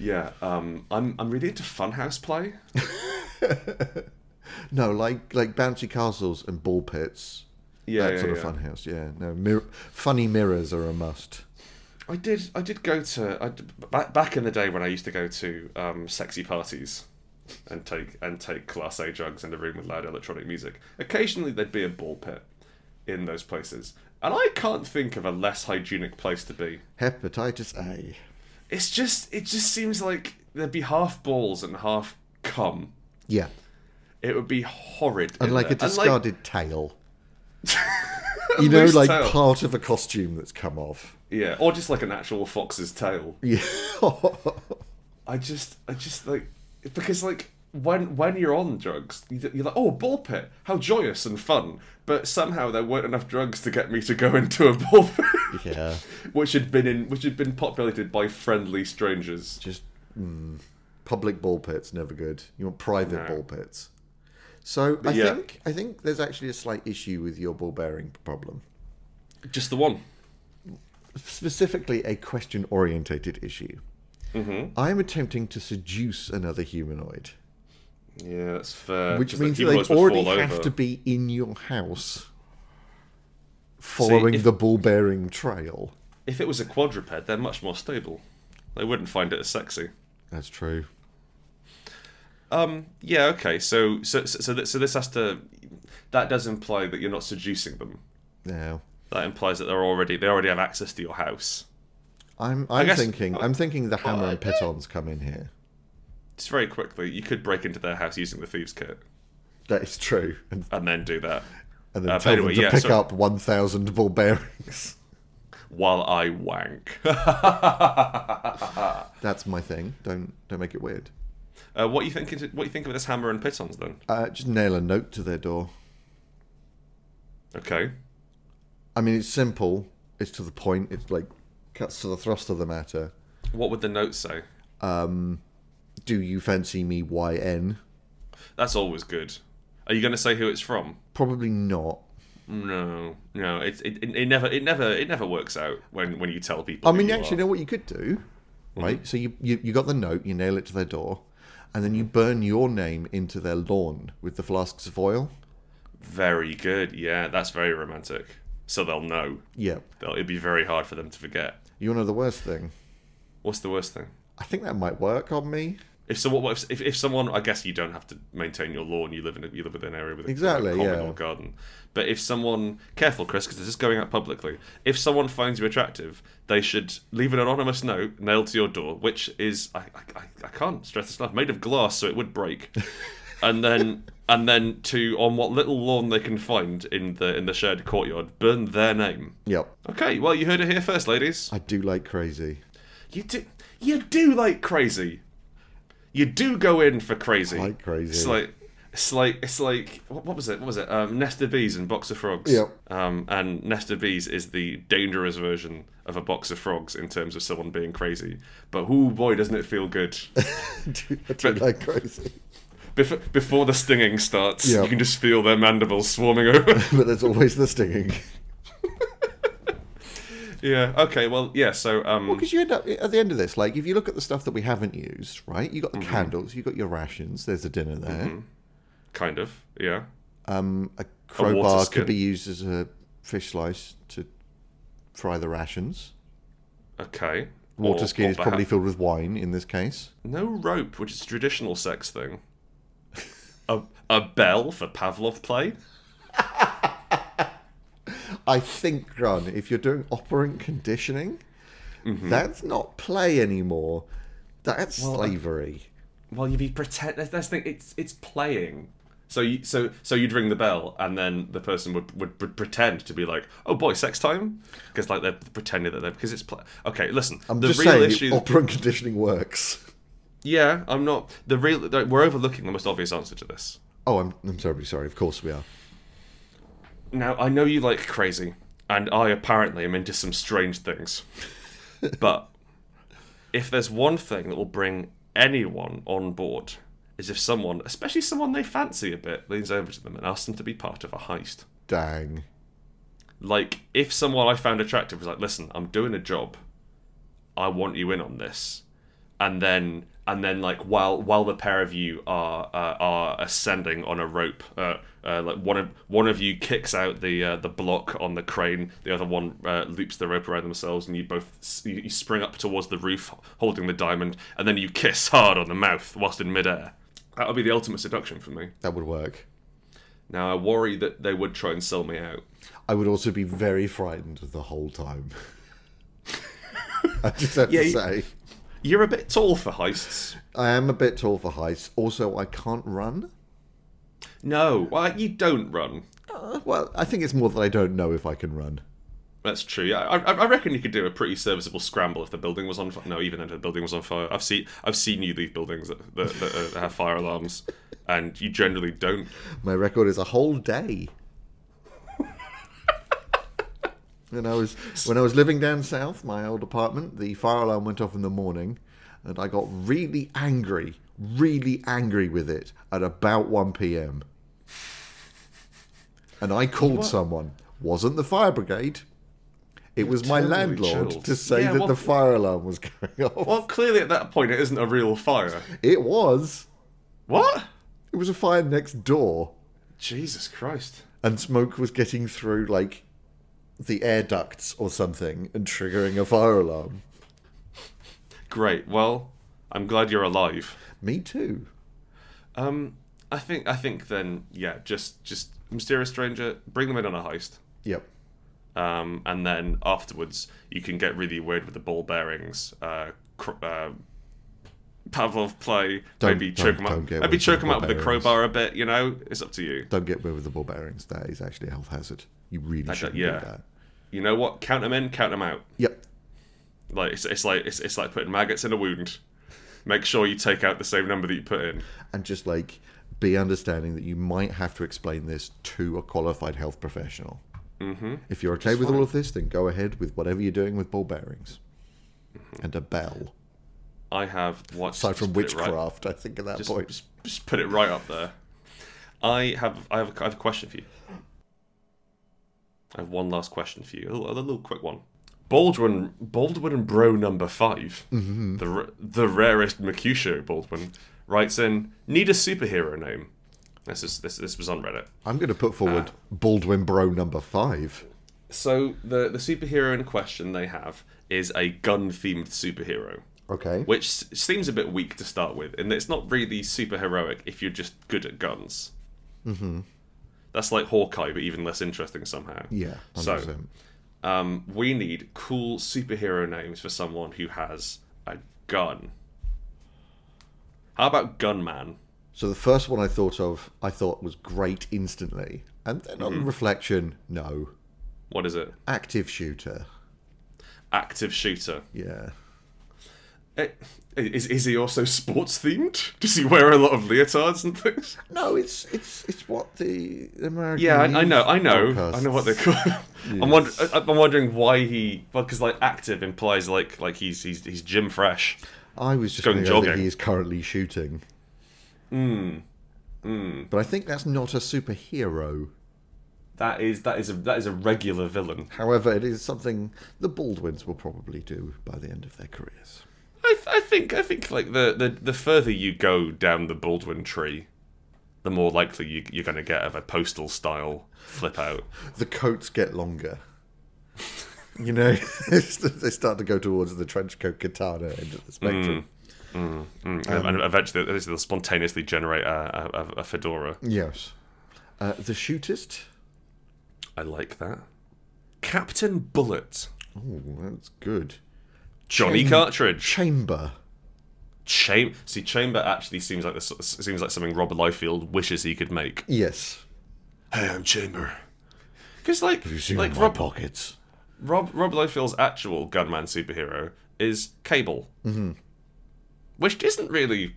Speaker 2: Yeah, um I'm I'm really into funhouse play.
Speaker 1: No, like like bouncy castles and ball pits.
Speaker 2: Yeah,
Speaker 1: that
Speaker 2: yeah,
Speaker 1: sort
Speaker 2: yeah.
Speaker 1: of funhouse. Yeah, no, mir- funny mirrors are a must.
Speaker 2: I did. I did go to I, d- back back in the day when I used to go to um, sexy parties, and take and take class A drugs in a room with loud electronic music. Occasionally, there'd be a ball pit in those places, and I can't think of a less hygienic place to be.
Speaker 1: Hepatitis A.
Speaker 2: It's just. It just seems like there'd be half balls and half cum.
Speaker 1: Yeah.
Speaker 2: It would be horrid. in
Speaker 1: And like a
Speaker 2: there. And,
Speaker 1: discarded tail. you know,
Speaker 2: loose
Speaker 1: like
Speaker 2: tail.
Speaker 1: part of a costume that's come off.
Speaker 2: yeah, or just like an actual fox's tail.
Speaker 1: Yeah.
Speaker 2: I just, I just like because like when when you're on drugs, you- you're like, oh, a ball pit, how joyous and fun. But somehow there weren't enough drugs to get me to go into a ball pit,
Speaker 1: yeah.
Speaker 2: which had been in which had been populated by friendly strangers.
Speaker 1: Just mm, public ball pits never good. You want private
Speaker 2: No.
Speaker 1: ball pits. So I
Speaker 2: yeah.
Speaker 1: think I think there's actually a slight issue with your ball bearing problem.
Speaker 2: Just the one.
Speaker 1: specifically a question orientated issue.
Speaker 2: Mm-hmm.
Speaker 1: I'm attempting to seduce another humanoid,
Speaker 2: Yeah, that's fair.
Speaker 1: which
Speaker 2: 'cause,
Speaker 1: means that
Speaker 2: people always
Speaker 1: they
Speaker 2: would
Speaker 1: already
Speaker 2: fall
Speaker 1: have
Speaker 2: over.
Speaker 1: to be in your house following
Speaker 2: if-
Speaker 1: the ball bearing trail.
Speaker 2: If it was a quadruped, they're much more stable. They wouldn't find it as sexy.
Speaker 1: That's true.
Speaker 2: Um. Yeah. Okay. So so so so, th- so this has to. That does imply that you're not seducing them.
Speaker 1: Now,
Speaker 2: That implies that they're already they already have access to your house.
Speaker 1: I'm I'm
Speaker 2: guess- Oh,
Speaker 1: thinking I'm thinking the hammer and petons come in here.
Speaker 2: Just very quickly, you could break into their house using the thieves kit
Speaker 1: That is true, and,
Speaker 2: and then do that
Speaker 1: and then
Speaker 2: Uh, but
Speaker 1: tell
Speaker 2: anyway,
Speaker 1: them to
Speaker 2: yeah,
Speaker 1: pick
Speaker 2: so-
Speaker 1: up one thousand ball bearings.
Speaker 2: while I wank.
Speaker 1: That's my thing. Don't don't make it weird.
Speaker 2: uh, what you think? What you think of this hammer and pitons then?
Speaker 1: Uh, just nail a note to their door.
Speaker 2: Okay.
Speaker 1: I mean, it's simple. It's to the point. It's like cuts to the thrust of the matter.
Speaker 2: What would the note say?
Speaker 1: Do you fancy me? YN?
Speaker 2: That's always good. Are you going to say who it's from?
Speaker 1: Probably not.
Speaker 2: No, no. It's it, it, it never it never it never works out when when you tell people.
Speaker 1: I
Speaker 2: who
Speaker 1: mean,
Speaker 2: you
Speaker 1: you actually
Speaker 2: are.
Speaker 1: know what you could do,
Speaker 2: Mm-hmm.
Speaker 1: right? So you, you you got the note. You nail it to their door, and then you burn your name into their lawn with the flasks of oil.
Speaker 2: very good. Yeah, that's very romantic. So they'll know.
Speaker 1: Yeah.
Speaker 2: They'll, it'd be very hard for them to forget.
Speaker 1: You wanna know the worst thing?
Speaker 2: What's the worst thing?
Speaker 1: I think that might work on me.
Speaker 2: If someone, what if, if if someone, I guess you don't have to maintain your lawn. You live in a, you live within an area with a
Speaker 1: Exactly,
Speaker 2: common
Speaker 1: yeah.
Speaker 2: or garden. But if someone, careful, Chris, because this is going out publicly. If someone finds you attractive, they should leave an anonymous note nailed to your door, which is I I, I, I can't stress this enough, made of glass, so it would break. and then and then to on what little lawn they can find in the in the shared courtyard, burn their name.
Speaker 1: Yep.
Speaker 2: Okay, well you heard it here first, ladies.
Speaker 1: I do like crazy.
Speaker 2: You do, you do like crazy. You do go in for crazy.
Speaker 1: Like crazy.
Speaker 2: It's like, it's like, it's like. What, what was it? What was it? Um, Nest of bees and box of frogs.
Speaker 1: Yep.
Speaker 2: Um, and Nest of bees is the dangerous version of a box of frogs in terms of someone being crazy. But oh boy, doesn't it feel good
Speaker 1: I do, I do like crazy.
Speaker 2: before before the stinging starts.
Speaker 1: Yep.
Speaker 2: You can just feel their mandibles swarming over.
Speaker 1: But there's always the stinging.
Speaker 2: Mm. yeah. Okay. Well. Yeah. So. Um.
Speaker 1: Because you end up at the end of this, like if you look at the stuff that we haven't used, right? You got
Speaker 2: Mm-hmm.
Speaker 1: the candles, you got your rations. There's a dinner there.
Speaker 2: kind of. Yeah.
Speaker 1: Um, a
Speaker 2: water
Speaker 1: crowbar
Speaker 2: skin.
Speaker 1: could be used as a fish slice to fry the rations.
Speaker 2: Okay.
Speaker 1: Water
Speaker 2: Or-
Speaker 1: skin
Speaker 2: or
Speaker 1: is probably
Speaker 2: perhaps-
Speaker 1: filled with wine in this case.
Speaker 2: No rope, which is a traditional sex thing. A, a bell for Pavlov play?
Speaker 1: I think, Grun, if you're doing operant conditioning,
Speaker 2: Mm-hmm.
Speaker 1: that's not play anymore. That's slavery.
Speaker 2: Well, you'd be pretend. That's, that's the thing. It's it's playing. So you so so you'd ring the bell, and then the person would would, would pretend to be like, "Oh boy, sex time," because like they're pretending that they're because it's play. Okay, listen.
Speaker 1: I'm
Speaker 2: the
Speaker 1: just
Speaker 2: real
Speaker 1: saying,
Speaker 2: issue.
Speaker 1: operant conditioning works.
Speaker 2: yeah, I'm not the real. like, we're overlooking the most obvious answer to this.
Speaker 1: Oh, I'm, I'm terribly sorry. Of course we are.
Speaker 2: Now, I know you like crazy, and I apparently am into some strange things. but if there's one thing that will bring anyone on board, is if someone, especially someone they fancy a bit, leans over to them and asks them to be part of a heist.
Speaker 1: Dang.
Speaker 2: Like, if someone I found attractive was like, listen, I'm doing a job, I want you in on this, and then and then like while while the pair of you are uh, are ascending on a rope, uh, uh, like one of one of you kicks out the uh, the block on the crane, the other one uh, loops the rope around themselves, and you both s- you you spring up towards the roof holding the diamond, and then you kiss hard on the mouth whilst in midair. That would be the ultimate seduction for me.
Speaker 1: That would work.
Speaker 2: Now I worry that they would try and sell me out.
Speaker 1: I would also be very frightened the whole time. I just have
Speaker 2: Yeah,
Speaker 1: to
Speaker 2: you-
Speaker 1: say,
Speaker 2: You're a bit tall for heists.
Speaker 1: I am a bit tall for heights. Also, I can't run.
Speaker 2: No, well, you don't run.
Speaker 1: Uh, well, I think it's more that I don't know if I can run.
Speaker 2: That's true. Yeah, I, I I reckon you could do a pretty serviceable scramble if the building was on fire. No, even if the building was on fire, I've seen I've seen you leave buildings that that, that, uh, that have fire alarms, and you generally don't.
Speaker 1: My record is a whole day. when I was when I was living down south, my old apartment, the fire alarm went off in the morning, and I got really angry, really angry with it at about one p.m. And I called someone. Wasn't the fire brigade? It was my
Speaker 2: totally
Speaker 1: landlord
Speaker 2: chilled.
Speaker 1: to say
Speaker 2: Yeah,
Speaker 1: that
Speaker 2: what-
Speaker 1: the fire alarm was going off.
Speaker 2: Well, clearly at that point it isn't a real fire.
Speaker 1: It was.
Speaker 2: What?
Speaker 1: It was a fire next door.
Speaker 2: Jesus Christ!
Speaker 1: and smoke was getting through like the air ducts or something and triggering a fire alarm.
Speaker 2: Great. Well, I'm glad you're alive.
Speaker 1: Me too.
Speaker 2: Um, I think I think then yeah, just just mysterious stranger, bring them in on a heist.
Speaker 1: Yep.
Speaker 2: um, and then afterwards you can get really weird with the ball bearings. Uh, cr- uh, Pavlov play,
Speaker 1: Don't-
Speaker 2: maybe
Speaker 1: don't-
Speaker 2: choke them
Speaker 1: don't
Speaker 2: out.
Speaker 1: get
Speaker 2: Maybe
Speaker 1: with
Speaker 2: choke
Speaker 1: the
Speaker 2: them out with a
Speaker 1: ball bearings.
Speaker 2: crowbar a bit. You know, it's up to you.
Speaker 1: Don't get away with the ball bearings. That is actually a health hazard. You really shouldn't
Speaker 2: yeah.
Speaker 1: do that.
Speaker 2: You know what? Count them in, count them out.
Speaker 1: Yep.
Speaker 2: Like it's, it's like it's, it's like putting maggots in a wound. Make sure you take out the same number that you put in.
Speaker 1: And just like be understanding that you might have to explain this to a qualified health professional. Mm-hmm. If you're okay with all of this, then go ahead with whatever you're doing with ball bearings and a bell.
Speaker 2: I have what?
Speaker 1: Aside from
Speaker 2: Mm-hmm. just put it right-
Speaker 1: witchcraft, I think at that
Speaker 2: just,
Speaker 1: point.
Speaker 2: just, just put it right up there. I have I have a, I have a question for you. I have one last question for you, a little, a little quick one. Baldwin, Baldwin and Bro number 5 the r- the rarest Mercutio Baldwin, writes in need a superhero name. This is this this was on Reddit.
Speaker 1: I'm going to put forward
Speaker 2: Ah.
Speaker 1: Baldwin Bro number five.
Speaker 2: So the the superhero in question they have is a gun themed superhero.
Speaker 1: Okay.
Speaker 2: which s- seems a bit weak to start with, and it's not really super heroic if you're just good at guns. Mm-hmm. That's like Hawkeye, but even less interesting somehow.
Speaker 1: Yeah,
Speaker 2: So-
Speaker 1: 100%.
Speaker 2: Um, we need cool superhero names for someone who has a gun. How about Gunman?
Speaker 1: So the first one I thought of, I thought was great instantly, and then
Speaker 2: Mm-hmm.
Speaker 1: on reflection, no.
Speaker 2: What is it?
Speaker 1: Active shooter.
Speaker 2: Active shooter.
Speaker 1: Yeah.
Speaker 2: Eh, Is is he also sports themed? Does he wear a lot of leotards and things?
Speaker 1: No, it's it's it's what the American.
Speaker 2: Yeah, I, I know, I know, I
Speaker 1: Outcasts.
Speaker 2: know what they're called. I'm, wonder, I- I'm wondering why he, because like active implies like like he's he's he's gym fresh.
Speaker 1: I was just
Speaker 2: Going
Speaker 1: going to go that
Speaker 2: jogging. Hmm.
Speaker 1: he is currently shooting. Mm. But I think that's not a superhero.
Speaker 2: That is that is a that is a regular villain.
Speaker 1: However, it is something the Baldwins will probably do by the end of their careers.
Speaker 2: I, th- I think I think like the, the the further you go down the Baldwin tree, the more likely you, you're going to get of a postal style flip out.
Speaker 1: The coats get longer. You know, they start to go towards the trench coat katana end
Speaker 2: Hmm.
Speaker 1: of the spectrum.
Speaker 2: And- and eventually they'll spontaneously generate a, a, a fedora.
Speaker 1: Yes. Uh, the shootist.
Speaker 2: I like that. Captain Bullet,
Speaker 1: Oh, that's good.
Speaker 2: Johnny
Speaker 1: Chain-
Speaker 2: Cartridge.
Speaker 1: Chamber.
Speaker 2: Chamber. See, Chamber actually seems like this seems like something Rob Liefeld wishes he could make.
Speaker 1: Yes.
Speaker 2: Hey, I'm Chamber. Because like, like
Speaker 1: my
Speaker 2: Rob,
Speaker 1: pockets.
Speaker 2: Rob Rob Liefeld's actual gunman superhero is Cable, mm-hmm. which isn't really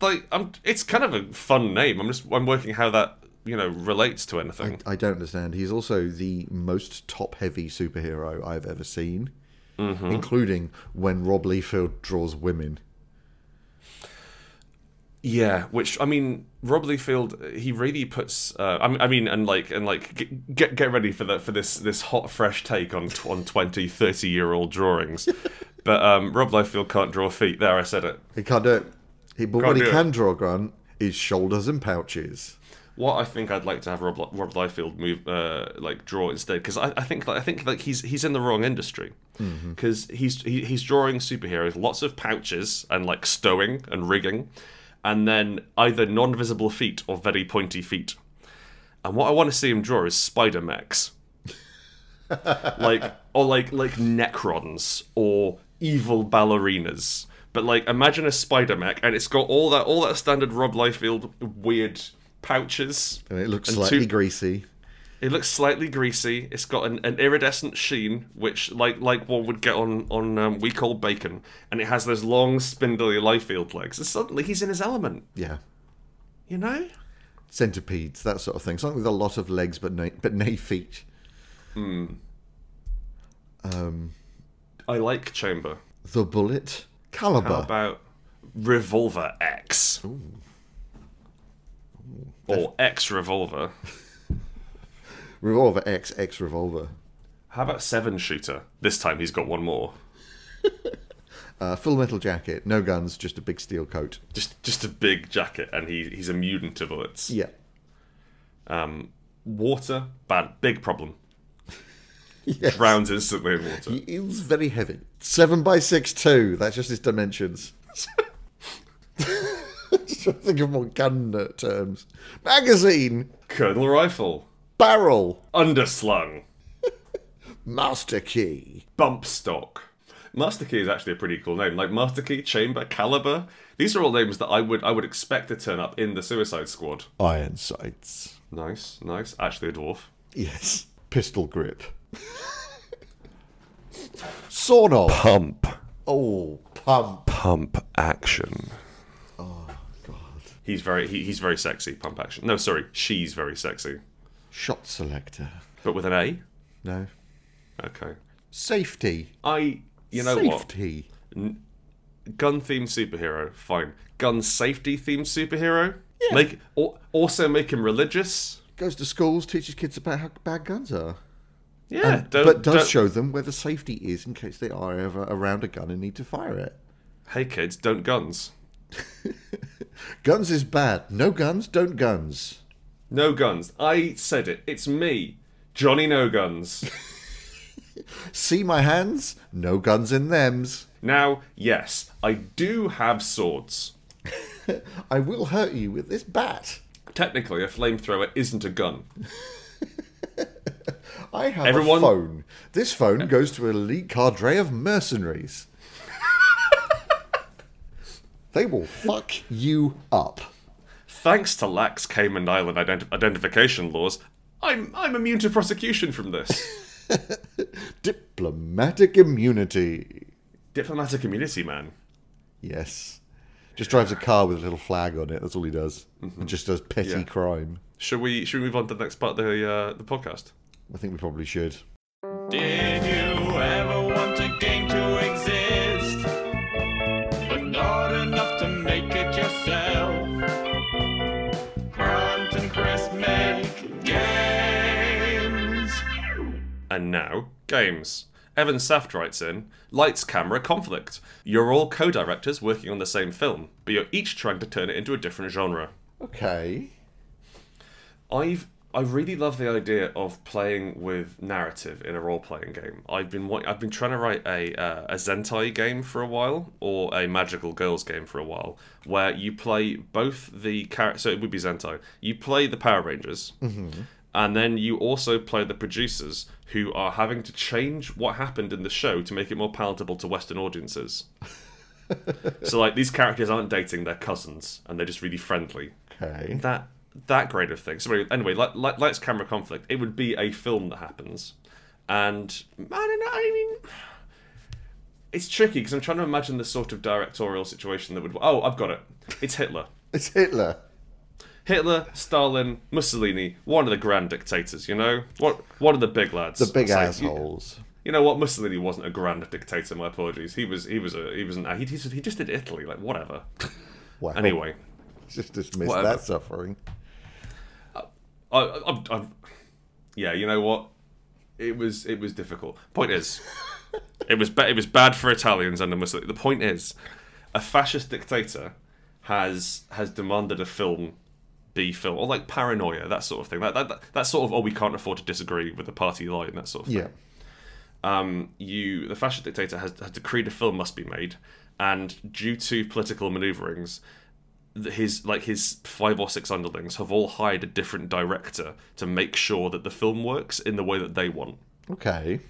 Speaker 2: like I'm. It's kind of a fun name. I'm just I'm working how that you know relates to anything.
Speaker 1: I don't understand. He's also the most top-heavy superhero I've ever seen,
Speaker 2: Mm-hmm.
Speaker 1: including when Rob Liefeld draws women.
Speaker 2: Yeah, which I mean, Rob Liefeld, he really puts. Uh, I, mean, I mean, and like, and like, g- get get ready for that for this this hot fresh take on tw- on 20, 30 year old drawings. But um, Rob Liefeld can't draw feet. There, I said it.
Speaker 1: He can't do it. He, but
Speaker 2: Can't
Speaker 1: what he
Speaker 2: do it.
Speaker 1: can draw, Grant, is shoulders and pouches.
Speaker 2: What I think I'd like to have Rob, Rob Liefeld move, uh, like draw instead, because I, I think like, I think like he's he's in the wrong industry, because he's he, he's drawing superheroes, lots of pouches and like stowing and rigging, and then either non-visible feet or very pointy feet. And what I want to see him draw is spider mechs, like or like like Necrons or evil ballerinas. But like, imagine a spider mech, and it's got all that all that standard Rob Liefeld weird pouches.
Speaker 1: And it looks
Speaker 2: And
Speaker 1: slightly
Speaker 2: two-
Speaker 1: greasy.
Speaker 2: It looks slightly greasy. It's got an, an iridescent sheen, which like like one would get on on um, weak old bacon, and it has those long spindly Liefeld legs. And suddenly he's in his element,
Speaker 1: Yeah.
Speaker 2: you know.
Speaker 1: Centipedes, that sort of thing. Something with a lot of legs but no, but no feet.
Speaker 2: I like Chamber.
Speaker 1: The bullet. Caliber.
Speaker 2: How about Revolver X? Or X Revolver.
Speaker 1: Revolver X, X revolver.
Speaker 2: How about Seven Shooter? This time he's got one more.
Speaker 1: Uh, full metal jacket. No guns, just a big steel coat.
Speaker 2: Just just a big jacket, and he, he's immune to bullets.
Speaker 1: Yeah.
Speaker 2: Water, bad, big problem.
Speaker 1: Yes.
Speaker 2: Drowns instantly in water.
Speaker 1: He is very heavy. Seven by six two. That's just his dimensions. Just trying to think of more gun nerd terms. Magazine,
Speaker 2: Colonel Rifle,
Speaker 1: barrel,
Speaker 2: underslung,
Speaker 1: master key.
Speaker 2: bump stock. Master Key is actually a pretty cool name. Like Master Key, Chamber, Caliber. These are all names that I would I would expect to turn up in the Suicide Squad.
Speaker 1: Iron sights.
Speaker 2: Nice, nice. Actually, a dwarf.
Speaker 1: Yes. Pistol grip. Sawn off.
Speaker 2: Pump,
Speaker 1: Oh, pump.
Speaker 2: pump action.
Speaker 1: God.
Speaker 2: He's very he, he's very sexy. Pump action. No, sorry, she's very sexy,
Speaker 1: Shot selector.
Speaker 2: but with an A.
Speaker 1: No.
Speaker 2: Okay.
Speaker 1: Safety.
Speaker 2: I you know what?
Speaker 1: Safety.
Speaker 2: Gun themed superhero, fine. Gun safety themed superhero. Yeah. Make or, also make him religious.
Speaker 1: Goes to schools, teaches kids about how bad guns are.
Speaker 2: Yeah, don't,
Speaker 1: but does
Speaker 2: don't-
Speaker 1: show them where the safety is in case they are ever around a gun and need to fire it.
Speaker 2: Hey kids, don't guns.
Speaker 1: Guns is bad. No guns, don't guns.
Speaker 2: No guns. I said it. It's me, Johnny No Guns.
Speaker 1: See my hands? No guns in them's.
Speaker 2: now, yes, I do have swords.
Speaker 1: I will hurt you with this bat.
Speaker 2: Technically, a flamethrower isn't a gun.
Speaker 1: I have
Speaker 2: Everyone-
Speaker 1: a phone. This phone goes to an elite cadre of mercenaries. they will fuck you up.
Speaker 2: Thanks to lax Cayman Island identi- identification laws, I'm I'm immune to prosecution from this.
Speaker 1: Diplomatic immunity.
Speaker 2: Diplomatic immunity, man.
Speaker 1: Yes. Just drives a car with a little flag on it. That's all he does. And just does petty
Speaker 2: Mm-hmm. Yeah.
Speaker 1: crime.
Speaker 2: Should we should we move on to the next part of the uh, the podcast?
Speaker 1: I think we probably should.
Speaker 3: Did you ever want a game to exist? But not enough to make it yourself. Grant and Chris make games.
Speaker 2: And now, games. Evan Saft writes in Lights, camera, conflict. You're all co directors working on the same film, but you're each trying to turn it into a different genre.
Speaker 1: Okay.
Speaker 2: I've I really love the idea of playing with narrative in a role playing game. I've been wa- I've been trying to write a uh, a Zentai game for a while or a Magical Girls game for a while where you play both the character so it would be Zentai. You play the Power Rangers. And then you also play the producers who are having to change what happened in the show to make it more palatable to Western audiences. so, like, these characters aren't dating, they're cousins, and they're just really friendly
Speaker 1: Okay.
Speaker 2: that that grade of thing. So anyway- anyway, like, like lights, camera, conflict. It would be a film that happens, and I don't know. I mean, it's tricky because I'm trying to imagine the sort of directorial situation that would. Oh, I've got it. It's Hitler.
Speaker 1: It's Hitler.
Speaker 2: Hitler, Stalin, Mussolini, one of the grand dictators, you know? What one of the big lads.
Speaker 1: The big
Speaker 2: It's like, you-
Speaker 1: assholes.
Speaker 2: You know what? Mussolini wasn't a grand dictator, my apologies. He was he was a he was an he, he, he just did Italy, like whatever.
Speaker 1: Wow.
Speaker 2: Anyway.
Speaker 1: Just dismiss
Speaker 2: Whatever.
Speaker 1: that suffering.
Speaker 2: I, I, I, yeah, you know what? It was it was difficult. Point is, It was ba- it was bad for Italians under Mussolini. The point is, a fascist dictator has has demanded a film be film or like paranoia that sort of thing. That that, that, that sort of oh we can't afford to disagree with the party line that sort of thing.
Speaker 1: Yeah.
Speaker 2: Um, you the fascist dictator has, has decreed a film must be made, and due to political manoeuvrings. th- His like his five or six underlings have all hired a different director to make sure that the film works in the way that they want.
Speaker 1: Okay.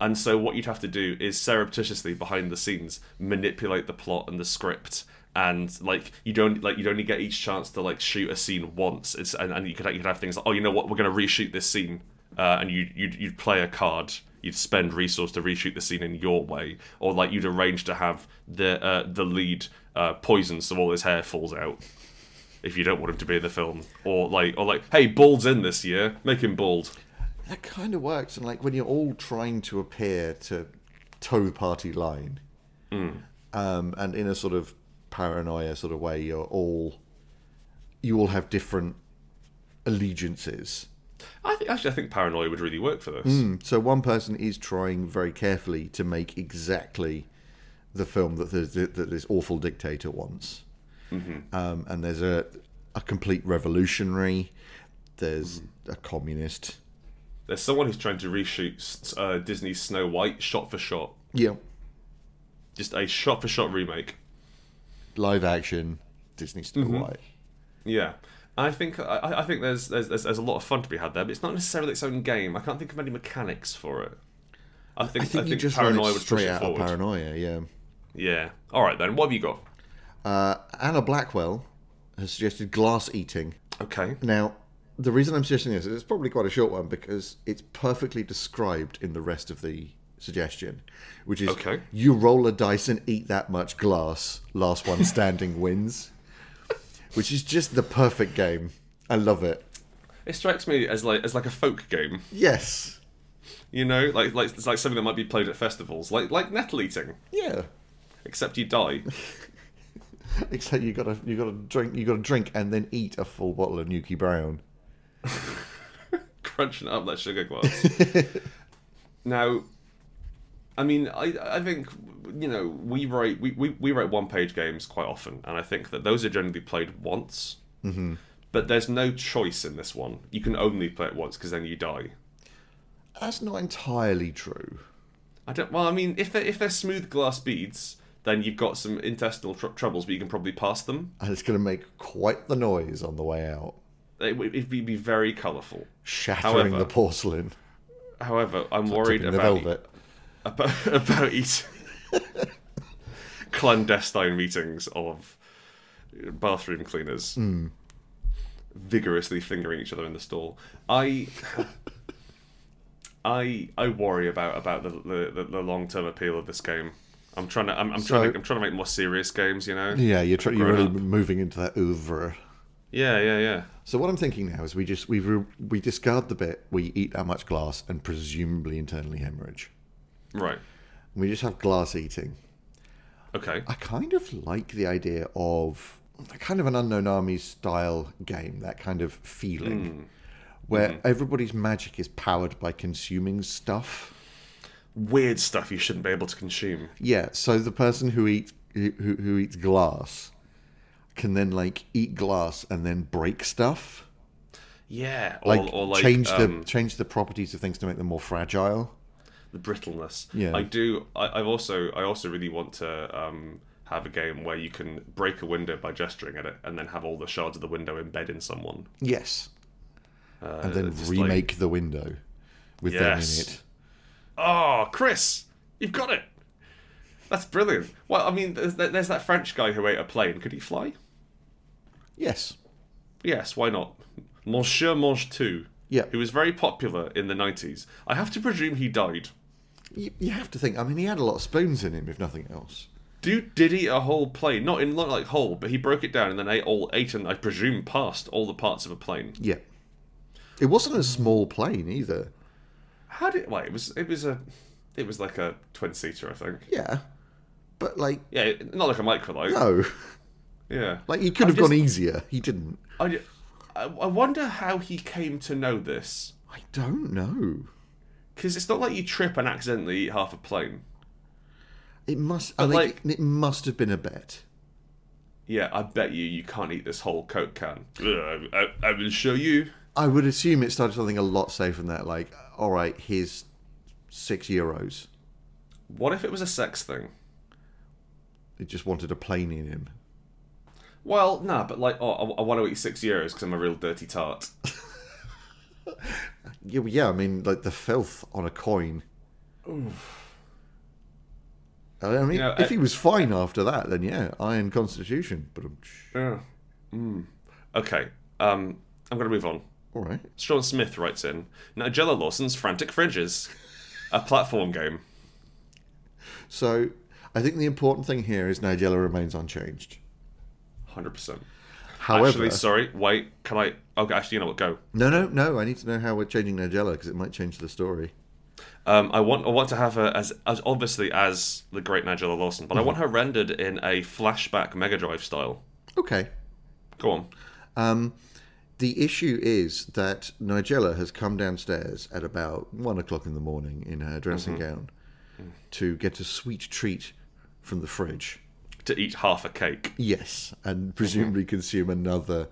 Speaker 2: And so what you'd have to do is surreptitiously behind the scenes manipulate the plot and the script and like you don't like you'd only get each chance to like shoot a scene once it's and, and you could you could have things like oh you know what we're going to reshoot this scene uh, and you you'd, you'd play a card you'd spend resource to reshoot the scene in your way or like you'd arrange to have the uh, the lead uh, poisoned so all his hair falls out if you don't want him to be in the film or like or like hey bald's in this year make him bald
Speaker 1: That kind of works. And like when you're all trying to appear to toe the party line, um, and in a sort of paranoia sort of way, you're all you all have different allegiances.
Speaker 2: i think actually i think paranoia would really work for this
Speaker 1: So one person is trying very carefully to make exactly the film that, the, that this awful dictator wants. Um, and there's a a complete revolutionary. There's a communist.
Speaker 2: There's someone who's trying to reshoot uh, Disney's Snow White shot for shot,
Speaker 1: Yeah.
Speaker 2: just a shot for shot remake.
Speaker 1: Live action Disney Snow
Speaker 2: Mm-hmm.
Speaker 1: White.
Speaker 2: Yeah, I think I, I think there's, there's there's there's a lot of fun to be had there, but it's not necessarily its own game. I can't think of any mechanics for it. I think I
Speaker 1: I
Speaker 2: think,
Speaker 1: think you just
Speaker 2: Paranoia
Speaker 1: run it
Speaker 2: would push
Speaker 1: straight
Speaker 2: it
Speaker 1: out of
Speaker 2: forward.
Speaker 1: paranoia. Yeah.
Speaker 2: yeah. All right then. What have you got?
Speaker 1: Uh, Anna Blackwell has suggested glass eating.
Speaker 2: Okay.
Speaker 1: Now, the reason I'm suggesting this is it's probably quite a short one because it's perfectly described in the rest of the suggestion, which is
Speaker 2: Okay.
Speaker 1: you roll a dice and eat that much glass, last one standing wins, which is just the perfect game. I love it.
Speaker 2: It strikes me as like as like a folk game.
Speaker 1: Yes.
Speaker 2: You know, like like it's like something that might be played at festivals, like like nettle eating,
Speaker 1: Yeah.
Speaker 2: except you die.
Speaker 1: Except you gotta you gotta drink you gotta drink and then eat a full bottle of Nuki Brown.
Speaker 2: crunching up that sugar glass. now, I mean, I I think you know we write we, we, we write one page games quite often, and I think that those are generally played once. Mm-hmm. But there's no choice in this one. You can only play it once because then you die.
Speaker 1: That's not entirely true.
Speaker 2: I don't. Well, I mean, if they're, if they're smooth glass beads, then you've got some intestinal tr- troubles, but you can probably pass them.
Speaker 1: And it's gonna make quite the noise on the way out.
Speaker 2: It would it'd be be very colourful.
Speaker 1: Shattering
Speaker 2: However-
Speaker 1: the porcelain.
Speaker 2: However, I'm worried
Speaker 1: Tipping the
Speaker 2: about
Speaker 1: velvet.
Speaker 2: about, about eating clandestine meetings of bathroom cleaners vigorously fingering each other in the stall. I. I I worry about about the the, the, the long term appeal of this game. I'm trying to I'm, I'm trying
Speaker 1: So-
Speaker 2: to, I'm trying to make more serious games, you know.
Speaker 1: Yeah, you're, tr- you're
Speaker 2: grown
Speaker 1: really
Speaker 2: up.
Speaker 1: moving into that oeuvre.
Speaker 2: yeah, yeah, yeah.
Speaker 1: So what I'm thinking now is we just we re- we discard the bit we eat that much glass and presumably internally hemorrhage.
Speaker 2: Right.
Speaker 1: And we just have glass eating.
Speaker 2: Okay.
Speaker 1: I kind of like the idea of a kind of an unknown army style game, that kind of
Speaker 2: Hmm.
Speaker 1: feeling, where
Speaker 2: Mm-hmm.
Speaker 1: everybody's magic is powered by consuming stuff.
Speaker 2: Weird stuff you shouldn't be able to consume.
Speaker 1: Yeah, so the person who eats who, who who eats glass can then like eat glass and then break stuff.
Speaker 2: Yeah. Or
Speaker 1: like,
Speaker 2: or like
Speaker 1: change
Speaker 2: um,
Speaker 1: the change the properties of things to make them more fragile.
Speaker 2: the brittleness.
Speaker 1: Yeah.
Speaker 2: I do. I, I've also I also really want to um, have a game where you can break a window by gesturing at it, and then have all the shards of the window embed in someone.
Speaker 1: Yes,
Speaker 2: Uh,
Speaker 1: and then
Speaker 2: it's just like,
Speaker 1: remake the window with
Speaker 2: Yes.
Speaker 1: them in it.
Speaker 2: oh, Chris, you've got it. That's brilliant. Well, I mean, there's, there's that French guy who ate a plane. Could he fly?
Speaker 1: Yes,
Speaker 2: Yes, why not? Monsieur Mange Two.
Speaker 1: Yeah.
Speaker 2: Who was very popular in the 90s. I have to presume he died.
Speaker 1: you, you have to think. I mean, he had a lot of spoons in him, if nothing else.
Speaker 2: Dude did eat a whole plane. Not in not like whole, but he broke it down and then ate all ate and I presume passed all the parts of a plane.
Speaker 1: Yeah, it wasn't a small plane either.
Speaker 2: How did? Well, it was it was a, it was like a twin seater, I think.
Speaker 1: Yeah, but like
Speaker 2: Yeah, not like a microlite.
Speaker 1: no,
Speaker 2: Yeah.
Speaker 1: like he could have gone easier. He didn't.
Speaker 2: I, I wonder how he came to know this.
Speaker 1: I don't know.
Speaker 2: Because it's not like you trip and accidentally eat half a plane.
Speaker 1: It must. I
Speaker 2: But,
Speaker 1: think it, it must have been a bet.
Speaker 2: Yeah, I bet you you can't eat this whole Coke can. Ugh, I, I will show you.
Speaker 1: I would assume it started something a lot safer than that. Like, all right, here's six euros.
Speaker 2: What if it was a sex thing?
Speaker 1: It just wanted a plane in him.
Speaker 2: Well, nah, but like, oh, I, want to eat six euros because I'm a real dirty tart.
Speaker 1: Yeah, well, yeah. I mean, like the filth on a coin. I mean,
Speaker 2: You know,
Speaker 1: if
Speaker 2: I-
Speaker 1: he was fine after that, then yeah, iron constitution. But um, sh-
Speaker 2: Ugh. Mm. Okay, um, I'm gonna move on.
Speaker 1: all right,
Speaker 2: Sean Smith writes in Nigella Lawson's Frantic Fridges, a platform game.
Speaker 1: so I think the important thing here is Nigella remains unchanged.
Speaker 2: 100%.
Speaker 1: However,
Speaker 2: actually, sorry, wait, can I? Okay, actually, you know what? Go.
Speaker 1: no, no, no. I need to know how we're changing Nigella because it might change the story.
Speaker 2: Um, I want I want to have her as, as obviously as the great Nigella Lawson, but I want her rendered in a flashback Mega Drive style.
Speaker 1: Okay.
Speaker 2: Go on.
Speaker 1: The issue is that Nigella has come downstairs at about one o'clock in the morning in her dressing
Speaker 2: Mm-hmm.
Speaker 1: gown to get a sweet treat from the fridge.
Speaker 2: To eat half a cake.
Speaker 1: Yes,
Speaker 2: Mm-hmm.
Speaker 1: and presumably consume another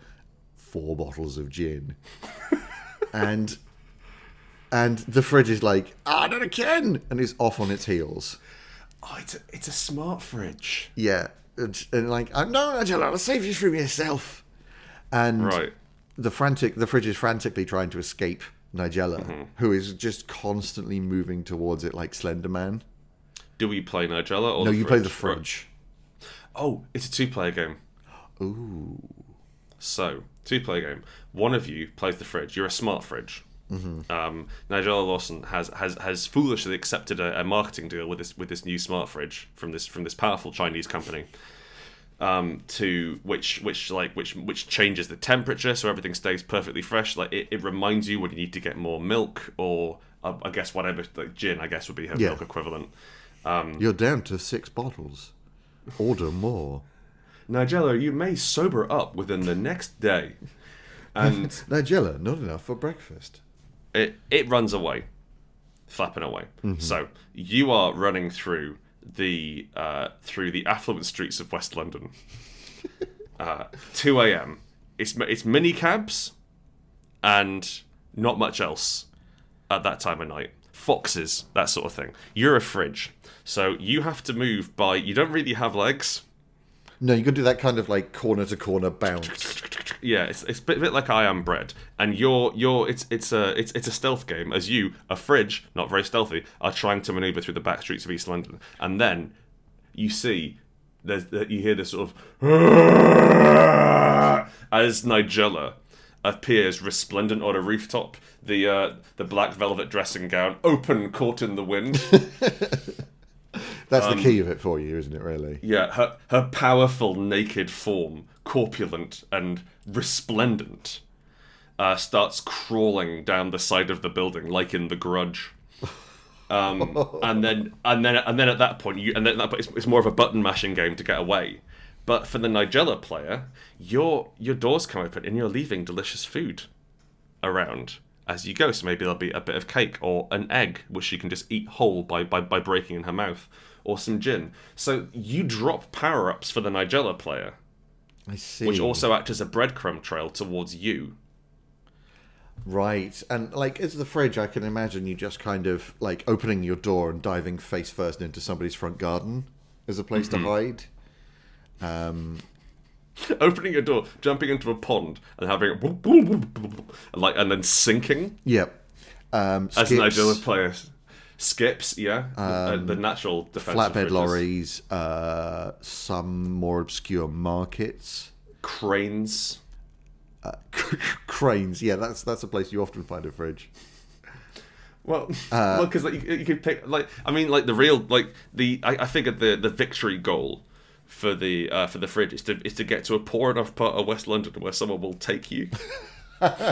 Speaker 1: four bottles of gin. and and the fridge is like, ah, not again, and is off on its heels.
Speaker 2: Oh, it's a, it's a smart fridge.
Speaker 1: Yeah, and, and like, oh, no, Nigella, I'll save you from yourself. And
Speaker 2: Right.
Speaker 1: the frantic the fridge is frantically trying to escape Nigella,
Speaker 2: Mm-hmm.
Speaker 1: who is just constantly moving towards it like Slender Man.
Speaker 2: Do we play Nigella or
Speaker 1: No,
Speaker 2: the
Speaker 1: you
Speaker 2: fridge?
Speaker 1: play the fridge.
Speaker 2: Oh, it's a two-player game.
Speaker 1: Ooh.
Speaker 2: So, two-player game. One of you plays the fridge. You're a smart fridge. Mm-hmm. Um, Nigella Lawson has, has, has foolishly accepted a, a marketing deal with this with this new smart fridge from this from this powerful Chinese company. Um, to which which like which which changes the temperature so everything stays perfectly fresh. Like it, it reminds you when you need to get more milk or uh, I guess whatever like gin I guess would be her
Speaker 1: Yeah.
Speaker 2: milk equivalent. Mm.
Speaker 1: You're down to six bottles. Order more.
Speaker 2: Nigella, you may sober up within the next day. And
Speaker 1: Nigella, not enough for breakfast.
Speaker 2: it, it runs away, flapping away. So you are running through the uh, through the affluent streets of West London. uh, 2 a.m. It's mi- it's mini cabs, and not much else at that time of night. Foxes, that sort of thing. You're a fridge, so you have to move by. You don't really have legs.
Speaker 1: No, you can do that kind of like corner to corner bounce.
Speaker 2: Yeah, it's, it's a bit, bit like I am bread, and you're you're it's it's a it's it's a stealth game as you a fridge, not very stealthy, are trying to maneuver through the back streets of East London, and then you see there's that you hear this sort of as Nigella appears resplendent on a rooftop, the uh, the black velvet dressing gown open, caught in the wind.
Speaker 1: That's the
Speaker 2: Um,
Speaker 1: key of it for you, isn't it? Really.
Speaker 2: yeah, her her powerful naked form, corpulent and resplendent. uh, starts crawling down the side of the building, like in The Grudge. Um, and then, and then, and then at that point, you and then at that point, it's, it's more of a button mashing game to get away. But for the Nigella player, your your doors come open and you're leaving delicious food around as you go. So maybe there'll be a bit of cake or an egg, which she can just eat whole by by, by breaking in her mouth, or some gin. So you drop power ups for the Nigella player,
Speaker 1: I see.
Speaker 2: which also act as a breadcrumb trail towards you.
Speaker 1: Right, and like as the fridge, I can imagine you just kind of like opening your door and diving face first into somebody's front garden as a place
Speaker 2: Mm-hmm.
Speaker 1: to hide.
Speaker 2: opening your door, jumping into a pond, and having a whoop, whoop, whoop, whoop, whoop, like, and then sinking
Speaker 1: Yep. Um,
Speaker 2: as
Speaker 1: skips, Um,
Speaker 2: Nigella player skips. Yeah, uh, the natural defense. of
Speaker 1: flatbed
Speaker 2: bridges.
Speaker 1: lorries, uh, some more obscure markets,
Speaker 2: cranes.
Speaker 1: uh, cranes. Yeah, that's that's a place you often find a fridge.
Speaker 2: Well, well, because like, you, you could pick like I mean like the real like the I, I figured the the victory goal for the uh, for the fridge is to is to get to a poor enough part of West London where someone will take you.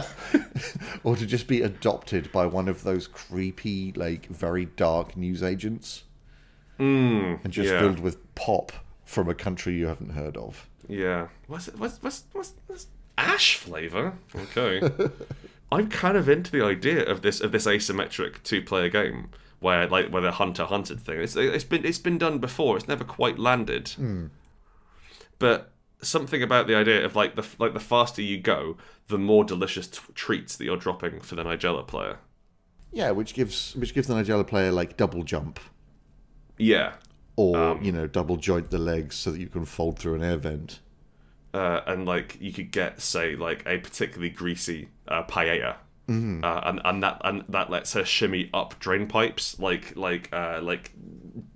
Speaker 1: or to just be adopted by one of those creepy, like very dark news agents, and just
Speaker 2: Mm, yeah.
Speaker 1: filled with pop from a country you haven't heard of.
Speaker 2: Yeah. What's it? What's what's what's, what's ash flavor? Okay. I'm kind of into the idea of this of this asymmetric two player game where like where the hunter hunted thing. It's it's been it's been done before. It's never quite landed. But something about the idea of like the like the faster you go, the more delicious t- treats that you're dropping for the Nigella player.
Speaker 1: Yeah, which gives which gives the Nigella player like double jump
Speaker 2: Yeah.
Speaker 1: or
Speaker 2: Um,
Speaker 1: you know double joint the legs so that you can fold through an air vent.
Speaker 2: uh, and like you could get say like a particularly greasy uh, paella. Uh, and, and that and that lets her shimmy up drain pipes like like uh, like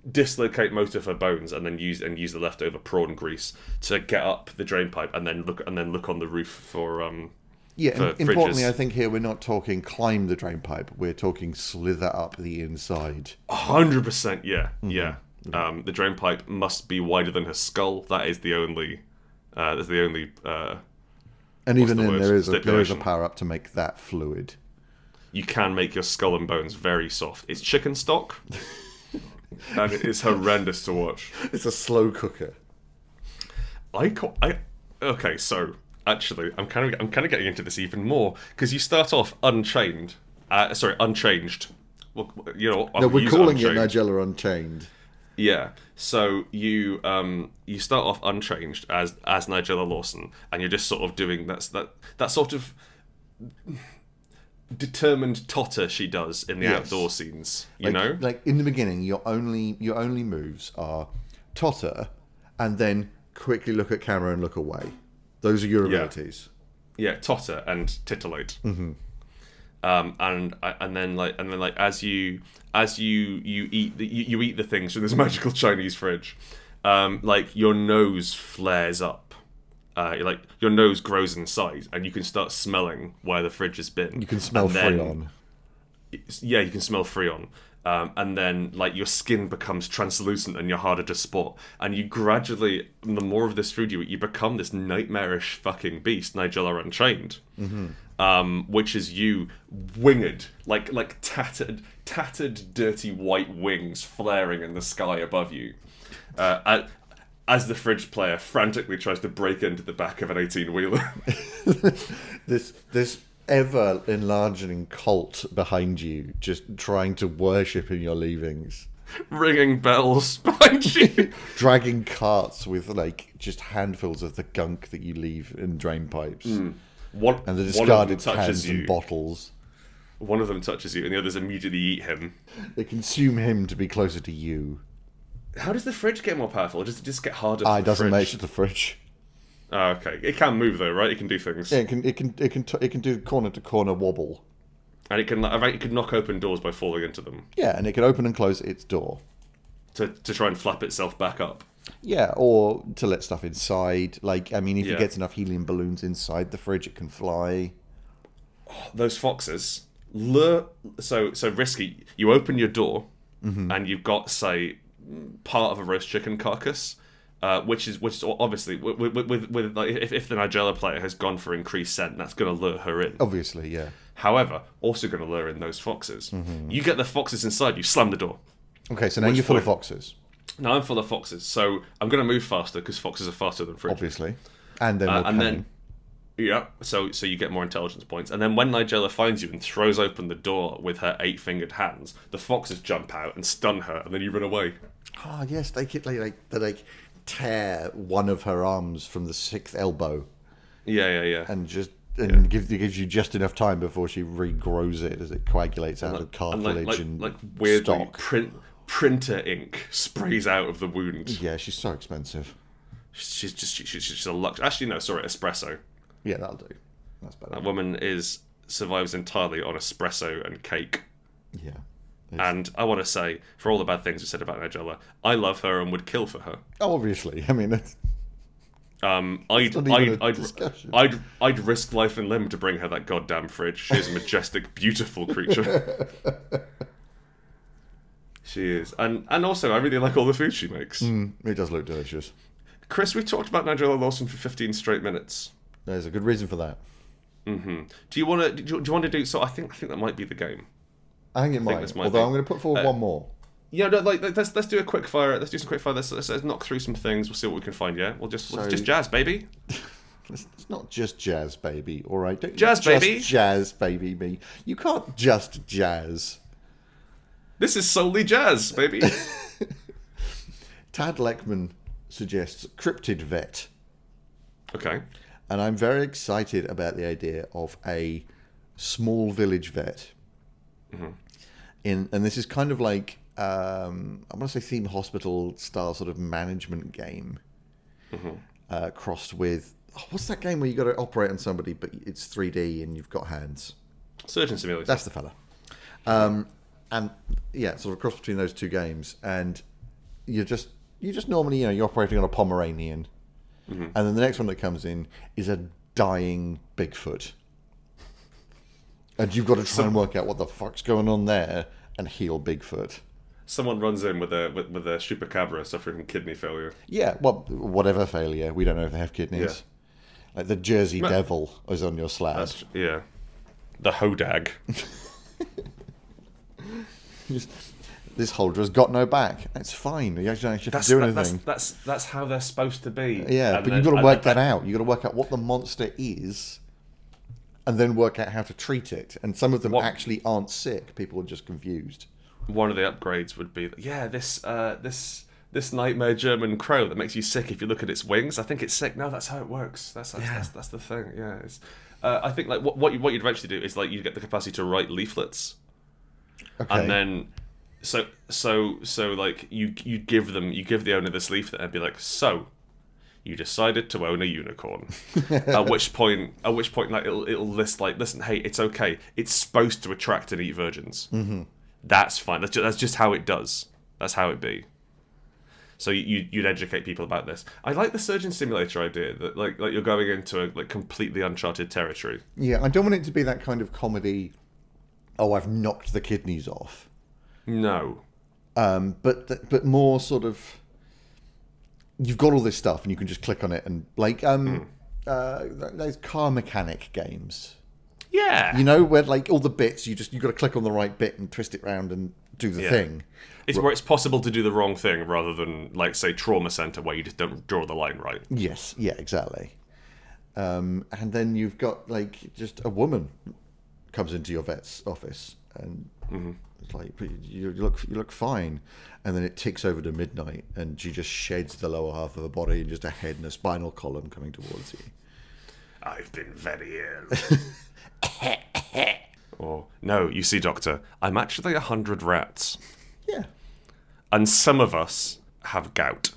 Speaker 2: dislocate most of her bones and then use and use the leftover prawn grease to get up the drain pipe and then look and then look on the roof for um
Speaker 1: Yeah,
Speaker 2: for
Speaker 1: and importantly,
Speaker 2: fridges.
Speaker 1: I think here we're not talking climb the drain pipe. We're talking slither up the inside.
Speaker 2: Oh, hundred percent yeah yeah um the drain pipe must be wider than her skull that is the only uh that's the only uh
Speaker 1: And even
Speaker 2: the
Speaker 1: then,
Speaker 2: word?
Speaker 1: there is a, there is a
Speaker 2: Stipulation.
Speaker 1: power up to make that fluid.
Speaker 2: you can make your skull and bones very soft. It's chicken stock, and it is horrendous to watch.
Speaker 1: It's a slow cooker.
Speaker 2: I, ca- I okay, so actually, I'm kind of I'm kind of getting into this even more because you start off unchained, uh, sorry, unchanged. Well, you know,
Speaker 1: No, we're calling it
Speaker 2: unchanged.
Speaker 1: Nigella Unchained.
Speaker 2: Yeah. So you um you start off unchanged as as Nigella Lawson, and you're just sort of doing that's that that sort of determined totter she does in the
Speaker 1: Yes.
Speaker 2: outdoor scenes. You
Speaker 1: Like,
Speaker 2: know,
Speaker 1: like in the beginning, your only your only moves are totter, and then quickly look at camera and look away. Those are your
Speaker 2: Yeah.
Speaker 1: abilities.
Speaker 2: yeah, totter and titillate. Mm-hmm. Um, and and then like and then like as you as you you eat the, you, you eat the things from this magical Chinese fridge, um, like your nose flares up. Uh, like your nose grows in size, and you can start smelling where the fridge has been.
Speaker 1: You can smell Freon.
Speaker 2: Yeah, you can smell Freon. Um, and then, like your skin becomes translucent, and you're harder to spot. And you gradually, the more of this food you eat, you become this nightmarish fucking beast, Nigella Unchained
Speaker 1: Mm-hmm.
Speaker 2: um, which is you winged, like like tattered, tattered, dirty white wings flaring in the sky above you, uh, a- as the fridge player frantically tries to break into the back of an eighteen wheeler.
Speaker 1: This this ever enlarging cult behind you, just trying to worship in your leavings,
Speaker 2: ringing bells behind you.
Speaker 1: dragging carts with like just handfuls of the gunk that you leave in drain pipes
Speaker 2: Hmm. One,
Speaker 1: and the
Speaker 2: one of them
Speaker 1: discarded
Speaker 2: touches
Speaker 1: cans
Speaker 2: you.
Speaker 1: and bottles.
Speaker 2: one of them touches you, and the others immediately eat him.
Speaker 1: They consume him to be closer to you.
Speaker 2: How does the fridge get more powerful? Or does it just get harder?
Speaker 1: Ah,
Speaker 2: for
Speaker 1: it
Speaker 2: the
Speaker 1: doesn't
Speaker 2: fridge?
Speaker 1: make it to the fridge.
Speaker 2: Oh, okay, it can move though, right? It can do things,
Speaker 1: Yeah, it can it can it can t- it can do corner to corner wobble.
Speaker 2: and it can like, it can knock open doors by falling into them
Speaker 1: Yeah, and it can open and close its door.
Speaker 2: to to try and flap itself back up.
Speaker 1: Yeah, or to let stuff inside. Like I mean, if
Speaker 2: Yeah.
Speaker 1: it gets enough helium balloons inside the fridge, it can fly.
Speaker 2: those foxes lure so so risky you open your door
Speaker 1: Mm-hmm.
Speaker 2: and you've got say part of a roast chicken carcass uh, which is which is obviously with with, with, with like if, if the nigella player has gone for increased scent that's going to lure her in
Speaker 1: Obviously, yeah.
Speaker 2: however also going to lure in those foxes
Speaker 1: Mm-hmm.
Speaker 2: you get the foxes inside you slam the door
Speaker 1: Okay, so now you're full of foxes,
Speaker 2: now i'm full of foxes so i'm going to move faster because foxes are faster than fridges
Speaker 1: obviously, and then
Speaker 2: Uh,
Speaker 1: we'll
Speaker 2: and
Speaker 1: cannon.
Speaker 2: then yeah so so you get more intelligence points and then when nigella finds you and throws open the door with her eight fingered hands the foxes jump out and stun her and then you run away
Speaker 1: Ah, yes, they could like, like they like tear one of her arms from the sixth elbow
Speaker 2: yeah yeah yeah
Speaker 1: and just and give gives you just enough time before she regrows it as it coagulates out of
Speaker 2: and like
Speaker 1: cartilage
Speaker 2: like,
Speaker 1: and
Speaker 2: like weirdly
Speaker 1: stock.
Speaker 2: print printer ink sprays out of the wound
Speaker 1: Yeah, she's so expensive.
Speaker 2: she's just she, she- she's a lux actually no sorry espresso
Speaker 1: Yeah, that'll do. That's better.
Speaker 2: that woman is survives entirely on espresso and cake
Speaker 1: Yeah.
Speaker 2: and I want to say, for all the bad things we said about Nigella, I love her and would kill for her.
Speaker 1: Oh, obviously. I mean, it's,
Speaker 2: Um, I'd,
Speaker 1: not even
Speaker 2: I'd,
Speaker 1: a
Speaker 2: I'd,
Speaker 1: discussion.
Speaker 2: I'd, I'd risk life and limb to bring her that goddamn fridge. She's a majestic, beautiful creature. she is, and and also I really like all the food she makes.
Speaker 1: it does look delicious.
Speaker 2: Chris, we've talked about Nigella Lawson for fifteen straight minutes.
Speaker 1: There's a good reason for that.
Speaker 2: Do you want to? Do you, do you want to do? So I think I think that might be the game.
Speaker 1: I think it might.
Speaker 2: this might
Speaker 1: Although
Speaker 2: be-
Speaker 1: I'm going to put forward one more.
Speaker 2: Yeah, no, like let's let's do a quick fire. Let's do some quick fire. Let's, let's, let's knock through some things. We'll see what we can find. Yeah, we'll just we'll
Speaker 1: So-
Speaker 2: just jazz, baby.
Speaker 1: Let's, It's not just jazz, baby. All right, don't
Speaker 2: Jazz
Speaker 1: just
Speaker 2: baby?
Speaker 1: jazz, baby. Me, you can't just jazz.
Speaker 2: This is solely jazz, baby.
Speaker 1: Tad Leckman suggests cryptid vet,
Speaker 2: okay.
Speaker 1: and I'm very excited about the idea of a small village vet. In and this is kind of like um, I want to say theme hospital style sort of management game, uh, crossed with oh, what's that game where you got to operate on somebody, but it's 3D and you've got hands.
Speaker 2: Surgeon Simulator.
Speaker 1: That's the fella. Um, and yeah, sort of a cross between those two games, and you're just you just normally you know you're operating on a Pomeranian,
Speaker 2: Mm-hmm.
Speaker 1: and then the next one that comes in is a dying Bigfoot, and you've got to try and work out what the fuck's going on there and heal Bigfoot.
Speaker 2: Someone runs in with a with, with a chupacabra suffering from kidney failure.
Speaker 1: Yeah, well, whatever failure, we don't know if they have kidneys. Like the Jersey Devil is on your slab.
Speaker 2: That's yeah. The hodag.
Speaker 1: Just, this holder has got no back. That's fine. You actually don't actually have
Speaker 2: That's,
Speaker 1: to do
Speaker 2: that-
Speaker 1: anything.
Speaker 2: that's that's that's how they're supposed to be.
Speaker 1: Yeah,
Speaker 2: And
Speaker 1: but
Speaker 2: then-
Speaker 1: you've got to
Speaker 2: and
Speaker 1: work
Speaker 2: then-
Speaker 1: that out. You've got to work out what the monster is and then work out how to treat it. And some of them
Speaker 2: What-
Speaker 1: actually aren't sick. People are just confused.
Speaker 2: One of the upgrades would be yeah this uh this this nightmare German crow that makes you sick if you look at its wings. I think it's sick. No, that's how it works. That's that's that's, that's the thing. Yeah. It's, uh, I think like what what, you, what you'd eventually do is like you get the capacity to write leaflets.
Speaker 1: Okay.
Speaker 2: and then so so so like you you give them you give the owner this leaflet and be like so you decided to own a unicorn at which point at which point like it'll, it'll list like listen hey it's okay it's supposed to attract and eat virgins mm-hmm. that's fine that's just, that's just how it does that's how it be so you- you you'd educate people about this i like the surgeon simulator idea that like like you're going into a like completely uncharted territory
Speaker 1: yeah, I don't want it to be that kind of comedy, oh, I've knocked the kidneys off.
Speaker 2: no
Speaker 1: Um, but, th- but more sort of, you've got all this stuff and you can just click on it and like
Speaker 2: Hmm.
Speaker 1: um, uh, th- those car mechanic games.
Speaker 2: yeah
Speaker 1: You know where like all the bits you just you got to click on the right bit and twist it round and do the
Speaker 2: Yeah.
Speaker 1: thing.
Speaker 2: It's where it's possible to do the wrong thing rather than, like, say, trauma center where you just don't draw the line right.
Speaker 1: Yes, yeah, exactly. Um, and then you've got like just a woman comes into your vet's office and it's like "But you you look you look fine, and then it ticks over to midnight and she just sheds the lower half of her body and just a head and a spinal column coming towards you.
Speaker 2: I've been very ill. or, no, you see, Doctor, I'm actually a hundred rats,
Speaker 1: Yeah,
Speaker 2: and some of us have gout.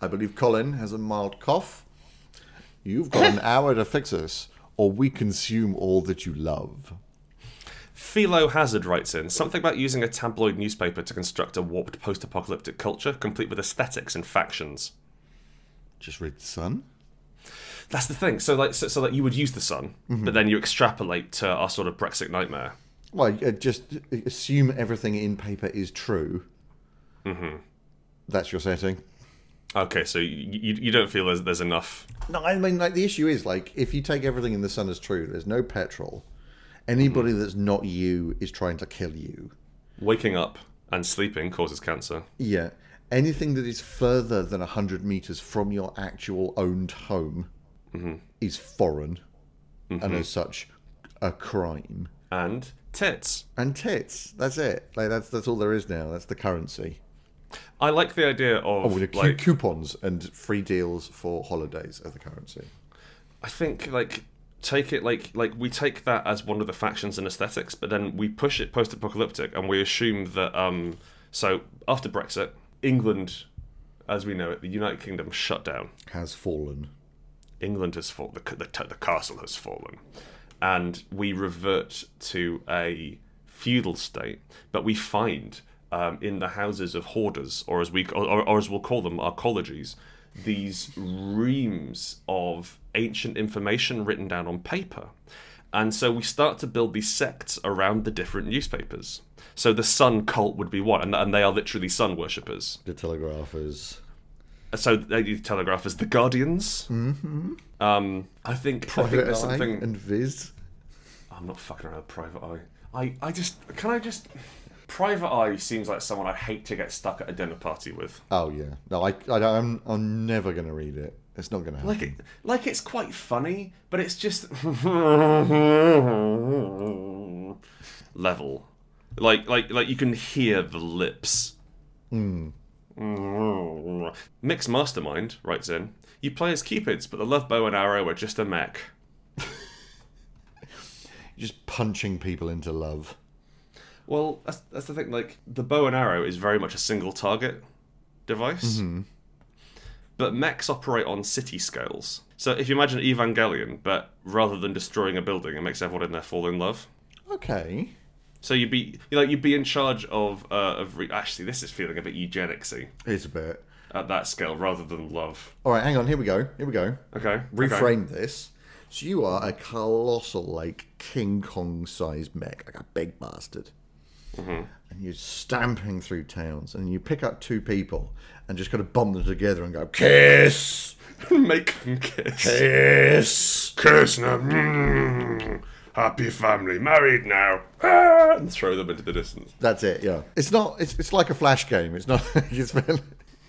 Speaker 1: I believe Colin has a mild cough. You've got an hour to fix us, or we consume all that you love.
Speaker 2: Philo Hazard writes in something about using a tabloid newspaper to construct a warped post apocalyptic culture, complete with aesthetics and factions.
Speaker 1: Just read the sun.
Speaker 2: That's the thing. So, like, so, so like you would use the sun, but then you extrapolate to our sort of Brexit nightmare.
Speaker 1: Well, uh, just assume everything in paper is true. Mm-hmm. That's your setting.
Speaker 2: Okay, so you, you, you don't feel there's, there's enough
Speaker 1: No, I mean, like the issue is like if you take everything in the sun as true, there's no petrol. Anybody that's not you is trying to kill you.
Speaker 2: Waking up and sleeping causes cancer.
Speaker 1: Yeah. Anything that is further than hundred meters from your actual owned home is foreign, and as such, a crime.
Speaker 2: And tits.
Speaker 1: And tits. That's it. Like that's that's all there is now. That's the currency.
Speaker 2: I like the idea of
Speaker 1: With cu-
Speaker 2: like
Speaker 1: coupons and free deals for holidays as the currency.
Speaker 2: I think like take it like like we take that as one of the factions and aesthetics, but then we push it post apocalyptic and we assume that um so after Brexit, England as we know it, the United Kingdom shut down.
Speaker 1: Has fallen.
Speaker 2: England has fallen. The, c- the, t- the castle has fallen, and we revert to a feudal state. But we find um, in the houses of hoarders, or as we c- or, or as we'll call them, our colleges, these reams of ancient information written down on paper. And so we start to build these sects around the different newspapers. So the Sun cult would be one, and, and they are literally Sun worshippers
Speaker 1: The telegraphers.
Speaker 2: so the Telegraph is the Guardians. Mm-hmm. Um, I think I think
Speaker 1: Private
Speaker 2: there's
Speaker 1: Eye
Speaker 2: something.
Speaker 1: and Viz.
Speaker 2: I'm not fucking around with Private Eye. I I just can I just. Private Eye seems like someone I'd hate to get stuck at a dinner party with.
Speaker 1: Oh yeah. No, I, I am I'm never gonna read it. It's not going to happen.
Speaker 2: Like it, like it's quite funny, but it's just level. Like like like you can hear the lips.
Speaker 1: Hmm.
Speaker 2: Mixed Mastermind writes in. You play as Cupids, but the love bow and arrow are just a mech.
Speaker 1: You're just punching people into love.
Speaker 2: Well, that's, that's the thing. Like the bow and arrow is very much a single target device, but mechs operate on city scales. So if you imagine Evangelion, but rather than destroying a building, it makes everyone in there fall in love.
Speaker 1: Okay.
Speaker 2: So you'd be you know, you'd be in charge of uh, of re- actually this is feeling a bit eugenicsy
Speaker 1: Here's a bit.
Speaker 2: at that scale rather than love.
Speaker 1: All right, hang on. Here we go. Here we go.
Speaker 2: Okay,
Speaker 1: Reframe this. So you are a colossal, like King Kong-sized mech, like a big bastard, and you're stamping through towns, and you pick up two people and just kind of bomb them together and go kiss,
Speaker 2: Okay. Make them kiss.
Speaker 1: kiss.
Speaker 2: Kiss now. Mm. Happy family, married now. Ah! And throw them into the distance.
Speaker 1: That's it. Yeah, it's not. It's, it's like a flash game. It's not. It's, very,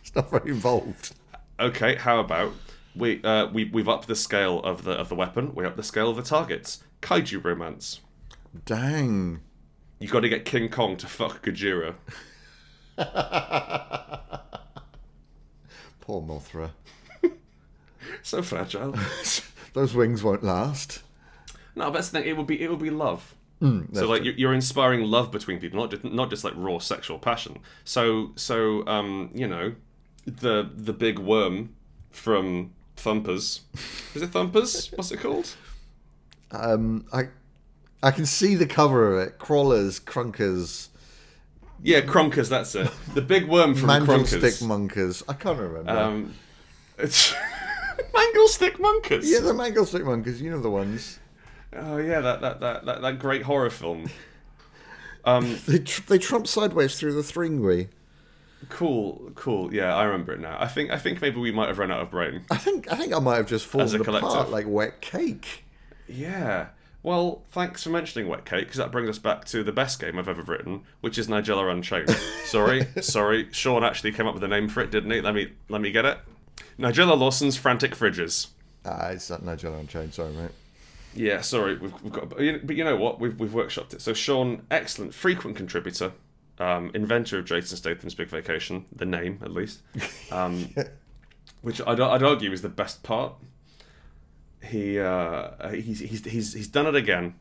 Speaker 1: it's not very involved.
Speaker 2: Okay, how about we uh, we we've upped the scale of the of the weapon. We up the scale of the targets. Kaiju romance.
Speaker 1: Dang.
Speaker 2: You got to get King Kong to fuck Gojira.
Speaker 1: Poor Mothra.
Speaker 2: So fragile.
Speaker 1: Those wings won't last.
Speaker 2: No, that's the thing. It would be it would be love. so like you- you're inspiring love between people, not just, not just like raw sexual passion. So so um you know, the the big worm from Thumpers, is it Thumpers? What's it called?
Speaker 1: Um, I, I can see the cover of it. Crawlers, crunkers,
Speaker 2: Yeah, Cronkers. That's it. The big worm from
Speaker 1: mandrelstick
Speaker 2: Cronkers.
Speaker 1: monkers. I can't remember.
Speaker 2: Um, it's Manglestick Monkers.
Speaker 1: yeah, the mandrelstick monkers. You know the ones.
Speaker 2: Oh yeah, that that that that, that great horror film. Um,
Speaker 1: They tr- they trump sideways through the thringway.
Speaker 2: cool, cool. Yeah, I remember it now. I think I think maybe we might have run out of brain.
Speaker 1: I think I think I might have just fallen
Speaker 2: As a collective.
Speaker 1: apart like wet cake.
Speaker 2: Yeah. Well, thanks for mentioning Wet Cake, because that brings us back to the best game I've ever written, which is Nigella Unchained. sorry, sorry, Sean actually came up with a name for it, didn't he? Let me let me get it. Nigella Lawson's Frantic Fridges.
Speaker 1: Ah, it's not Nigel on chain. Sorry, mate.
Speaker 2: Yeah, sorry, we've, we've got, but you, but you know what? We've we've workshopped it. So Sean, excellent, frequent contributor, um, inventor of Jason Statham's Big Vacation, the name at least, um, which I'd, I'd argue is the best part. He uh, he's, he's he's he's done it again,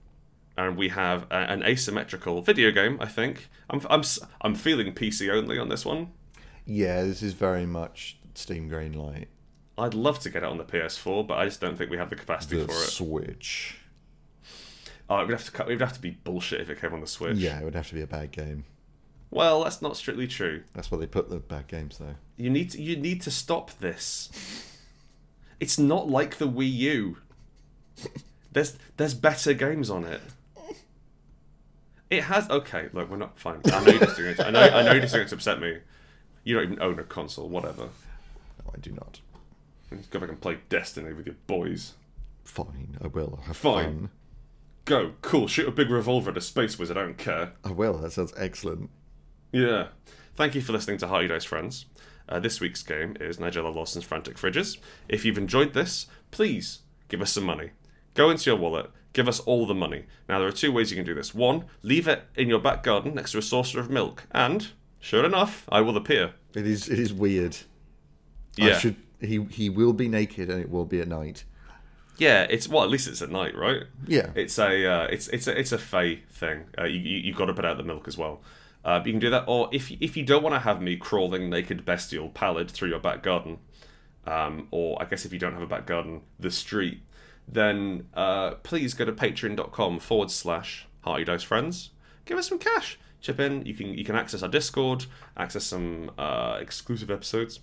Speaker 2: and we have a, an asymmetrical video game. I think I'm I'm s- I'm feeling PC only on this one.
Speaker 1: Yeah, this is very much Steam Green Light.
Speaker 2: I'd love to get it on the PS4, but I just don't think we have the capacity
Speaker 1: The
Speaker 2: for it.
Speaker 1: Switch.
Speaker 2: Uh, we'd have to cut. We'd have to be bullshit if it came on the Switch.
Speaker 1: Yeah, it would have to be a bad game.
Speaker 2: Well, that's not strictly true.
Speaker 1: That's why they put the bad games though.
Speaker 2: You need to, you need to stop this. It's not like the Wii U. There's there's better games on it. It has okay. Look, we're not fine. I know you're just doing it. I know I know you're just doing it to upset me. You don't even own a console. Whatever.
Speaker 1: No, I do not.
Speaker 2: Go back and play Destiny with your boys.
Speaker 1: Fine, I will. Have
Speaker 2: Fine.
Speaker 1: fun.
Speaker 2: Go cool. Shoot a big revolver at a space wizard. I don't care.
Speaker 1: I will. That sounds excellent.
Speaker 2: Yeah. Thank you for listening to Hardy Dice Friends. Uh, this week's game is Nigella Lawson's Frantic Fridges. If you've enjoyed this, please give us some money. Go into your wallet, give us all the money. Now, there are two ways you can do this. One, leave it in your back garden next to a saucer of milk, and sure enough, I will appear.
Speaker 1: It is. It is weird.
Speaker 2: Yeah.
Speaker 1: I should. He he will be naked, and it will be at night.
Speaker 2: Yeah, it's well, at least it's at night, right?
Speaker 1: Yeah.
Speaker 2: It's a uh, it's it's a it's a fey thing. Uh, you you you've got to put out the milk as well. Uh, but you can do that, or if you- if you don't want to have me crawling naked, bestial, pallid through your back garden, um, or I guess if you don't have a back garden, the street, then uh, please go to patreon.com forward slash hearty dice friends. Give us some cash. Chip in. You can you can access our Discord, access some uh, exclusive episodes,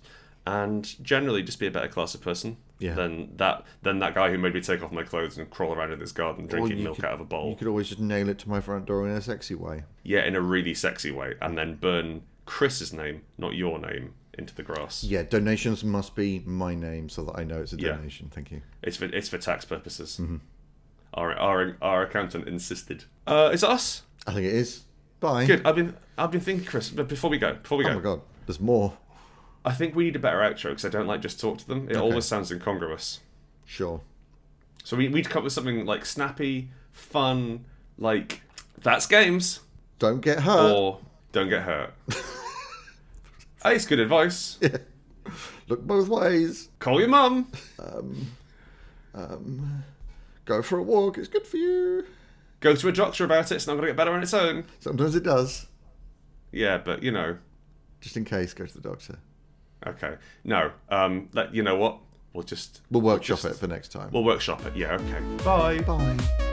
Speaker 2: and generally just be a better class of person
Speaker 1: Yeah.
Speaker 2: than that than that guy who made me take off my clothes and crawl around in this garden drinking
Speaker 1: you
Speaker 2: milk
Speaker 1: could-
Speaker 2: out of a bowl.
Speaker 1: You could always just nail it to my front door in a sexy way.
Speaker 2: Yeah, in a really sexy way, and then burn Chris's name, not your name, into the grass.
Speaker 1: Yeah, donations must be my name so that I know it's a
Speaker 2: Yeah.
Speaker 1: donation. Thank you.
Speaker 2: It's for it's for tax purposes. Our, our our accountant insisted. Uh, it's us.
Speaker 1: I think it is. Bye.
Speaker 2: Oh Good. I've been I've been thinking, Chris. But before we go, before we go,
Speaker 1: Oh my god, there's more.
Speaker 2: I think we need a better outro because I don't like just talk to them. It always sounds incongruous.
Speaker 1: Sure.
Speaker 2: So we, we'd come up with something like snappy, fun, like that's games
Speaker 1: Don't get hurt.
Speaker 2: or don't get hurt. hey, it's good advice.
Speaker 1: Look both ways.
Speaker 2: Call your mum.
Speaker 1: Go for a walk. It's good for you.
Speaker 2: Go to a doctor about it. It's not going to get better on its own.
Speaker 1: Sometimes it does.
Speaker 2: Yeah, but you know,
Speaker 1: Just in case, go to the doctor.
Speaker 2: okay, no. Um, let, you know what? We'll just
Speaker 1: We'll workshop it for next time.
Speaker 2: we'll workshop it. Yeah, okay.
Speaker 1: Bye.